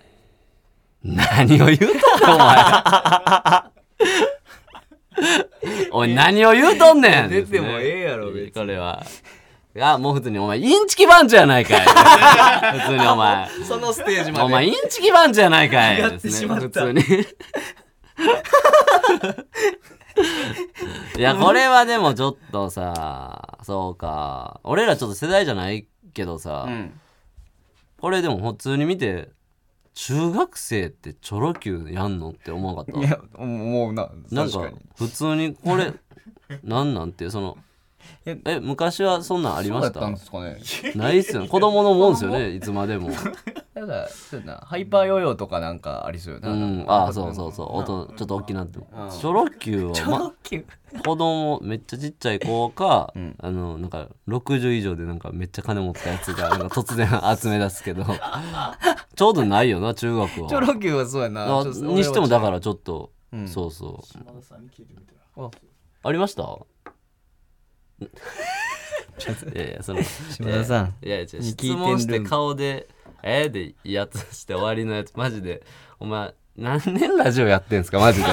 [SPEAKER 2] 何を言うとんねん、 お前。おい、何を言うとんねん。
[SPEAKER 3] 出てもええやろ別に
[SPEAKER 2] これは。いや、もう普通にお前、インチキ番長やないかい。 普通にお前。
[SPEAKER 3] そのステージまで
[SPEAKER 2] お前、インチキ番長やないかい。
[SPEAKER 3] やってしまった
[SPEAKER 2] ですね普通 に。いや、これはでもちょっとさ、そうか。俺らちょっと世代じゃないけどさ、
[SPEAKER 3] ん
[SPEAKER 2] これでも普通に見て、中学生ってチョロ Q やんのって思わなか
[SPEAKER 3] い
[SPEAKER 2] った。
[SPEAKER 3] やもうな
[SPEAKER 2] なん
[SPEAKER 3] 確
[SPEAKER 2] か
[SPEAKER 3] かに、
[SPEAKER 2] 普通にこれ、 なんなんて、その、
[SPEAKER 3] え
[SPEAKER 2] え、昔はそんなんありまし
[SPEAKER 3] そうやったん
[SPEAKER 2] た
[SPEAKER 3] ですかね
[SPEAKER 2] ないっすよね。子供のもんですよね、いつまでも。
[SPEAKER 3] なんかそうやなハイパーヨーヨーとかなんかありそうよな、
[SPEAKER 2] うん、ああそうそうそう音ちょっと大きなってチョロ Q は、 ま、子供めっちゃちっちゃい子か、あのなんか60以上でなんかめっちゃ金持ったやつがなんか突然 集め出すけ どちょうどないよな中学は
[SPEAKER 3] チョロ Q はそうやな
[SPEAKER 2] あ
[SPEAKER 3] ちょっと俺は
[SPEAKER 2] にしてもだからちょっと、
[SPEAKER 3] ん
[SPEAKER 2] そうそう
[SPEAKER 4] 島田さんに聞いてみたら
[SPEAKER 2] ありました いやいやその
[SPEAKER 3] 島田さん
[SPEAKER 2] いやいや違う
[SPEAKER 3] に聞
[SPEAKER 2] 質
[SPEAKER 3] いてんる
[SPEAKER 2] 問して顔で「えーでいいやつして終わりのやつマジでお前何年ラジオやってんすかマジでい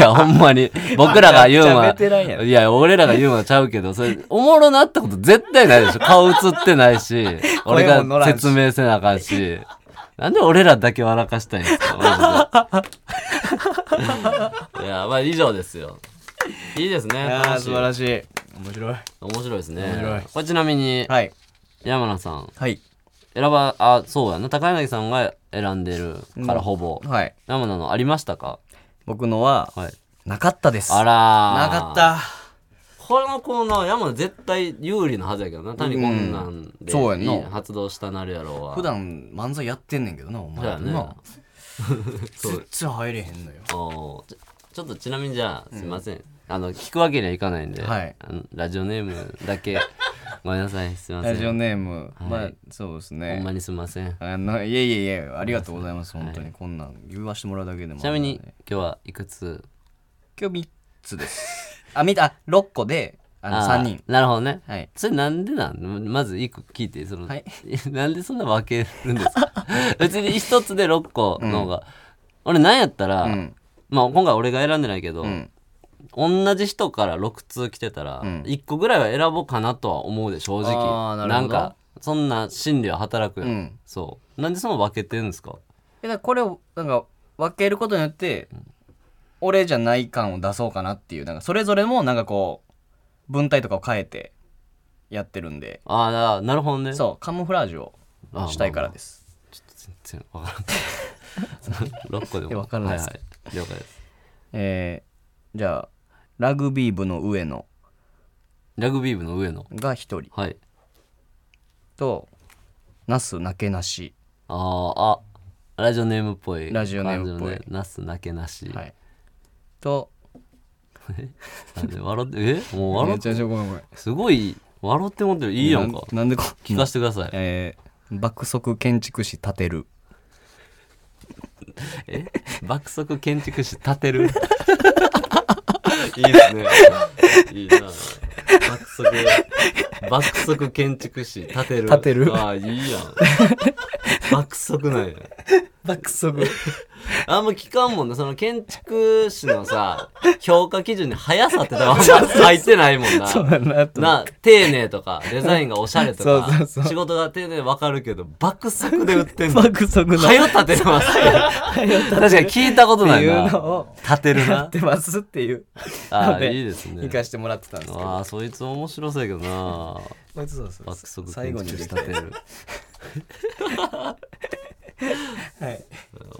[SPEAKER 2] やほんまに僕らが言うの
[SPEAKER 3] め
[SPEAKER 2] は
[SPEAKER 3] っちゃベテランやん
[SPEAKER 2] いや俺らが言うのはちゃうけどそれおもろなったこと絶対ないでしょ顔映ってないし俺
[SPEAKER 3] 声も乗ら
[SPEAKER 2] が
[SPEAKER 3] んし
[SPEAKER 2] 説明せなあかんしなんで俺らだけ笑かしたいんですかマジでいやまあ以上ですよいいですね
[SPEAKER 3] あ
[SPEAKER 2] 楽
[SPEAKER 3] あ
[SPEAKER 2] しい
[SPEAKER 3] 素晴らしい面白い
[SPEAKER 2] 面白いですね
[SPEAKER 3] 面白い
[SPEAKER 2] これちなみに
[SPEAKER 3] はい
[SPEAKER 2] 山名さん
[SPEAKER 3] はい
[SPEAKER 2] 選ばあそうやな高柳さんが選んでるからほぼ、
[SPEAKER 3] はい
[SPEAKER 2] 山名のありましたか
[SPEAKER 3] 僕のは
[SPEAKER 2] はい
[SPEAKER 3] なかったです
[SPEAKER 2] あ
[SPEAKER 3] な
[SPEAKER 2] らー
[SPEAKER 3] かった
[SPEAKER 2] このコーナー山名絶対有利なはずやけどな単にこんなんで、
[SPEAKER 3] そうや
[SPEAKER 2] い
[SPEAKER 3] ない
[SPEAKER 2] 発動したなるやろうは
[SPEAKER 3] 普段漫才やってんねんけどな
[SPEAKER 2] そ
[SPEAKER 3] お
[SPEAKER 2] う
[SPEAKER 3] 前
[SPEAKER 2] やね
[SPEAKER 3] な
[SPEAKER 2] そ
[SPEAKER 3] 全
[SPEAKER 2] う
[SPEAKER 3] 然入れへんのよ
[SPEAKER 2] おーちょちょっとちなみにじゃあすいません、あの聞くわけにはいかないんで、
[SPEAKER 3] はい
[SPEAKER 2] あのラジオネームだけ ごめんなさいすいません
[SPEAKER 3] ラジオネーム
[SPEAKER 2] はい
[SPEAKER 3] まあそうです
[SPEAKER 2] ほんま
[SPEAKER 3] ね
[SPEAKER 2] にすいません
[SPEAKER 3] あのいえいえいえありがとうございます本当にこんなん言わしてもらうだけでも
[SPEAKER 2] ちなみに
[SPEAKER 3] あ
[SPEAKER 2] 今日はいくつ
[SPEAKER 3] れなんで今日3つです あ見た6個であの
[SPEAKER 2] あー
[SPEAKER 3] 3人
[SPEAKER 2] なるほどね
[SPEAKER 3] はい
[SPEAKER 2] それなんでなんまず一個聞いてその、
[SPEAKER 3] はい
[SPEAKER 2] なんでそんな分けるんです か別に一つで6個の方が、俺なんやったら、
[SPEAKER 3] うん
[SPEAKER 2] まあ今回俺が選んでないけど、
[SPEAKER 3] うん
[SPEAKER 2] 同じ人から6通来てたら、
[SPEAKER 3] ん
[SPEAKER 2] 1個ぐらいは選ぼうかなとは思うで正
[SPEAKER 3] あ
[SPEAKER 2] 直
[SPEAKER 3] ーなる
[SPEAKER 2] な
[SPEAKER 3] ほ
[SPEAKER 2] ん
[SPEAKER 3] ど
[SPEAKER 2] かそんな心理は働くやん、
[SPEAKER 3] うん
[SPEAKER 2] そうなんでその分けてるんですか
[SPEAKER 3] えだからこれをなんか分けることによって俺じゃない感を出そうかなっていうなんかそれぞれもなんかこう文体とかを変えてやってるんで
[SPEAKER 2] ああなるほどね
[SPEAKER 3] そうカモフラージュを
[SPEAKER 2] あー
[SPEAKER 3] したいからです
[SPEAKER 2] 全然分から ん6個でも
[SPEAKER 3] いやわからない
[SPEAKER 2] はい
[SPEAKER 3] です
[SPEAKER 2] はい、了解です
[SPEAKER 3] えーじゃあラグビー部の上野
[SPEAKER 2] ラグビー部の上の
[SPEAKER 3] が1人
[SPEAKER 2] はい
[SPEAKER 3] となすなけなし
[SPEAKER 2] あーあラジオネームっぽい
[SPEAKER 3] ラジオネームっぽい
[SPEAKER 2] 感じのねなすなけなし、
[SPEAKER 3] はいと
[SPEAKER 2] なんで笑ってえもう笑っ
[SPEAKER 3] いや違う違うごめんごめん
[SPEAKER 2] すごい笑ってもってるいいやんか
[SPEAKER 3] ななんでこ
[SPEAKER 2] 聞かせてください
[SPEAKER 3] えー爆速建築士建てる
[SPEAKER 2] え爆速建築士建てるいいですねいいな爆速爆速建築士建てる
[SPEAKER 3] 建てる
[SPEAKER 2] ああいいやん爆速なんや
[SPEAKER 3] 爆速
[SPEAKER 2] あんま聞かんもんなその建築士のさ評価基準に速さって多分あんま入ってないもんな
[SPEAKER 3] そうだなと
[SPEAKER 2] な丁寧とかデザインがおしゃれとか
[SPEAKER 3] そうそうそう
[SPEAKER 2] 仕事が丁寧でわかるけど爆速で売ってんの
[SPEAKER 3] 爆速の
[SPEAKER 2] はよ立ててます確かに聞いたことない
[SPEAKER 3] っていうの
[SPEAKER 2] な
[SPEAKER 3] を
[SPEAKER 2] 立てる
[SPEAKER 3] や
[SPEAKER 2] な
[SPEAKER 3] ってますっていう
[SPEAKER 2] あ
[SPEAKER 3] の
[SPEAKER 2] ー
[SPEAKER 3] で
[SPEAKER 2] いいですね
[SPEAKER 3] 行かしてもらってたんですけど
[SPEAKER 2] ああそいつ面白そうやけどな
[SPEAKER 3] こいつそうそう
[SPEAKER 2] 爆速
[SPEAKER 3] 最
[SPEAKER 2] 建
[SPEAKER 3] 後に
[SPEAKER 2] 築
[SPEAKER 3] で
[SPEAKER 2] 士
[SPEAKER 3] き
[SPEAKER 2] 立
[SPEAKER 3] た
[SPEAKER 2] てる
[SPEAKER 3] はい、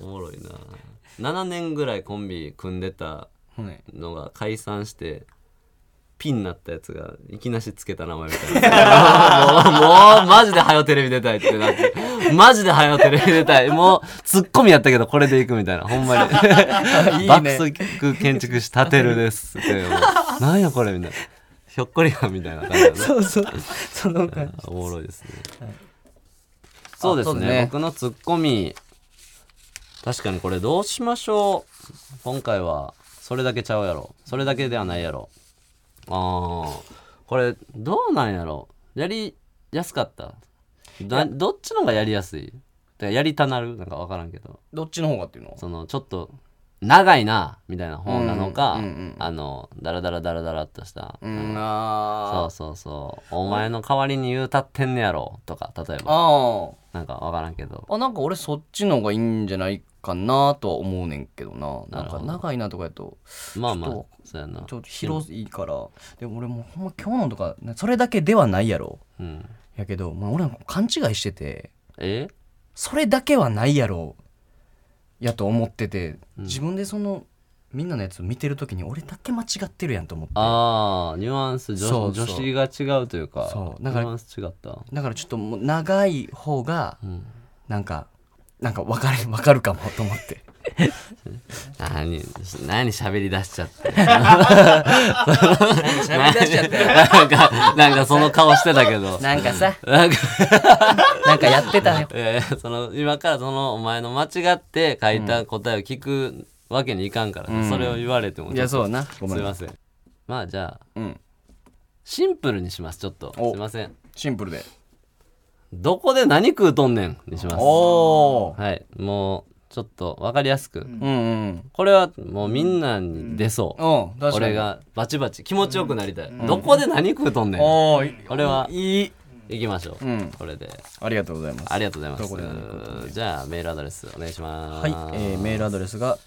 [SPEAKER 2] おもろいな7年ぐらいコンビ組んでた
[SPEAKER 3] はい、
[SPEAKER 2] のが解散してピンになったやつがいきなしつけた名前みたいな もうもうマジで「はよテレビ出たい」ってなってマジで「はよテレビ出たい」もうツッコミやったけどこれでいくみたいなほんまに
[SPEAKER 3] いいね
[SPEAKER 2] 爆速建築士立てるですってもうなんやこれみたいなひょっこりはんみたいな感じだね
[SPEAKER 3] そうそうその感じ
[SPEAKER 2] おもろいですね。そうです
[SPEAKER 3] あそ
[SPEAKER 2] ね
[SPEAKER 3] うですね
[SPEAKER 2] 僕のツッコミ確かにこれどうしましょう今回はそれだけちゃうやろそれだけではないやろあーこれどうなんやろやりやすかっただどっちの方がやりやすいだからやりたなるなんか分からんけど
[SPEAKER 3] どっちの方がっていうの
[SPEAKER 2] そのちょっと長いなみたいな方なのか、
[SPEAKER 3] うんうんうん
[SPEAKER 2] あのダラダラダラダラっとした、
[SPEAKER 3] うん
[SPEAKER 2] そ
[SPEAKER 3] あ
[SPEAKER 2] うそうそう。お前の代わりに言うたってんねやろとか、例え
[SPEAKER 3] ー
[SPEAKER 2] ば。
[SPEAKER 3] あ
[SPEAKER 2] なんかわからんけど。
[SPEAKER 3] ーあなんか俺そっちの方がいいんじゃないかなとは思うねんけどな
[SPEAKER 2] なる
[SPEAKER 3] なん
[SPEAKER 2] ほ
[SPEAKER 3] か
[SPEAKER 2] ど
[SPEAKER 3] 長いなとかやと
[SPEAKER 2] まあまあ
[SPEAKER 3] ちょ、
[SPEAKER 2] そうやな
[SPEAKER 3] ちょ。っと広いから、でも俺もうほんま今日のとかそれだけではないやろ
[SPEAKER 2] うん。
[SPEAKER 3] やけど、まあ、俺なんか勘違いしてて
[SPEAKER 2] え
[SPEAKER 3] それだけはないやろやと思ってて、自分でそのみんなのやつを見てる時に俺だけ間違ってるやんと思って
[SPEAKER 2] ああ、ニュアンス女、
[SPEAKER 3] そうそう
[SPEAKER 2] 女子が違うというか、
[SPEAKER 3] そうだから
[SPEAKER 2] ニュアンス違った。
[SPEAKER 3] だからちょっともう長い方が
[SPEAKER 2] うん。
[SPEAKER 3] なんか、なんか分かる分かるかもと思って
[SPEAKER 2] 何、何喋り出しちゃ って。
[SPEAKER 3] 喋り出しちゃって
[SPEAKER 2] なんか、なんかその顔してたけど。
[SPEAKER 3] なんかさ
[SPEAKER 2] なんか、
[SPEAKER 3] なんかやってたよ
[SPEAKER 2] いやいやその今からそのお前の間違って書いた答えを聞くわけにいかんからね、
[SPEAKER 3] うん
[SPEAKER 2] それを言われてもちょっと
[SPEAKER 3] いやそうなごめん
[SPEAKER 2] すいませんまあじゃあ
[SPEAKER 3] うん
[SPEAKER 2] シンプルにしますちょっと
[SPEAKER 3] お
[SPEAKER 2] すいません
[SPEAKER 3] シンプルで
[SPEAKER 2] どこで何食うとんねんにします
[SPEAKER 3] おお
[SPEAKER 2] はいもうちょっと分かりやすく、
[SPEAKER 4] ん
[SPEAKER 3] うんうん
[SPEAKER 2] これはもうみんなに出そう、
[SPEAKER 3] うん確かに
[SPEAKER 2] 俺がバチバチ気持ちよくなりたい、
[SPEAKER 4] うん
[SPEAKER 2] どこで何食うとんねん、
[SPEAKER 3] おお
[SPEAKER 2] 俺はい
[SPEAKER 3] い
[SPEAKER 2] 行きましょう、
[SPEAKER 3] うん
[SPEAKER 2] これで
[SPEAKER 3] ありがとうございます
[SPEAKER 2] ありがとうございます
[SPEAKER 3] どこで何食うとんねん
[SPEAKER 2] じゃあメールアドレスお願いします
[SPEAKER 3] はい、えー、メールアドレスが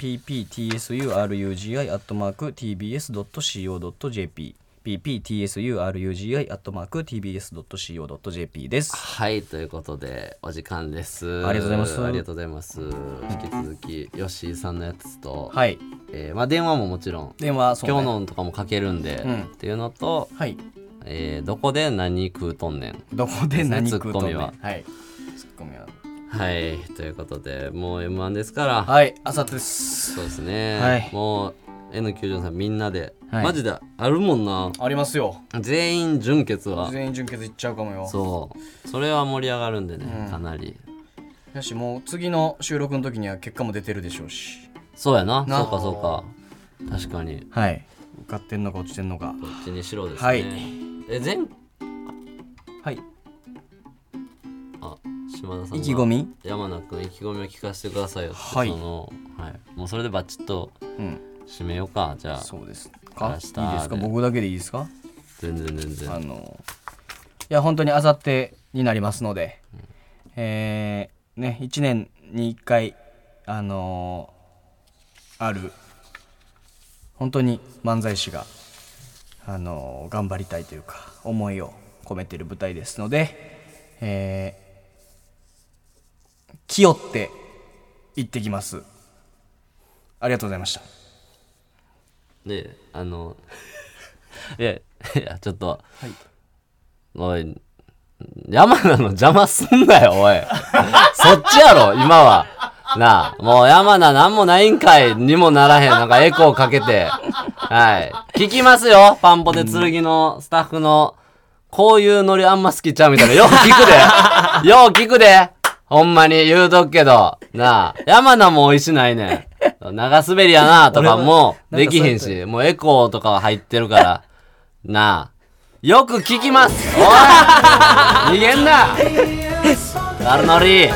[SPEAKER 3] pptsurugi.tbs.co.jp pptsurugi.tbs.co.jp です。
[SPEAKER 2] はいということでお時間です
[SPEAKER 3] ありがとうございます
[SPEAKER 2] ありがとうございます引き続き吉井さんのやつと、
[SPEAKER 3] はい。
[SPEAKER 2] えーまあ、電話ももちろん
[SPEAKER 3] 電話、そうね
[SPEAKER 2] 今日のとかもかけるんで、
[SPEAKER 3] うん
[SPEAKER 2] っていうのと、
[SPEAKER 3] はい。
[SPEAKER 2] えーどこで何食うとんねん
[SPEAKER 3] どこで何食うとんねん。
[SPEAKER 2] ツッコミはい
[SPEAKER 3] ツッコミは。
[SPEAKER 2] はいということでもう m 1ですから、
[SPEAKER 3] はい、あさってです。
[SPEAKER 2] そうですね、
[SPEAKER 3] はい
[SPEAKER 2] もう N93 さんみんなで、
[SPEAKER 3] はい
[SPEAKER 2] マジであるもんな
[SPEAKER 3] ありますよ。
[SPEAKER 2] 全員純潔は
[SPEAKER 3] 全員純潔いっちゃうかもよ。
[SPEAKER 2] そうそれは盛り上がるんでね、
[SPEAKER 3] うん
[SPEAKER 2] かなり
[SPEAKER 3] やし、もう次の収録の時には結果も出てるでしょうし。
[SPEAKER 2] そうやな
[SPEAKER 3] な
[SPEAKER 2] そうかそうか確かに
[SPEAKER 3] はい。受かってんのか落ちてんのか。
[SPEAKER 2] どっちにしろですね、
[SPEAKER 3] はい
[SPEAKER 2] え前
[SPEAKER 3] はい。
[SPEAKER 2] あ島田さんが
[SPEAKER 3] 意気込み
[SPEAKER 2] 山名君意気込みを聞かせてくださいよって
[SPEAKER 3] はい
[SPEAKER 2] その、はい、もうそれでバチッと
[SPEAKER 3] うん。
[SPEAKER 2] 締めようかじゃあ
[SPEAKER 3] そうです
[SPEAKER 2] 明
[SPEAKER 3] か。いいで
[SPEAKER 2] 日
[SPEAKER 3] す
[SPEAKER 2] で
[SPEAKER 3] か僕だけでいいですか
[SPEAKER 2] 全然全然
[SPEAKER 3] あのいや本当にあさってになりますので、えーね1年に1回あのーある本当に漫才師があのー頑張りたいというか思いを込めてる舞台ですので、えー、気負って行ってきますありがとうございました
[SPEAKER 2] であのいやいやちょっと、おい山名の邪魔すんなよおいそっちやろ今はなあもう山名なんもないんかいにもならへんなんかエコーかけてはい聞きますよパンポテ剣のスタッフの、こういうノリあんま好きちゃうみたいなよう聞くでよう聞くでほんまに言うとくけどなあ山名も美味しないねん長滑りやなとかもできへんしもうエコーとかは入ってるから なあよく聞きますおい逃げんな悪ノリ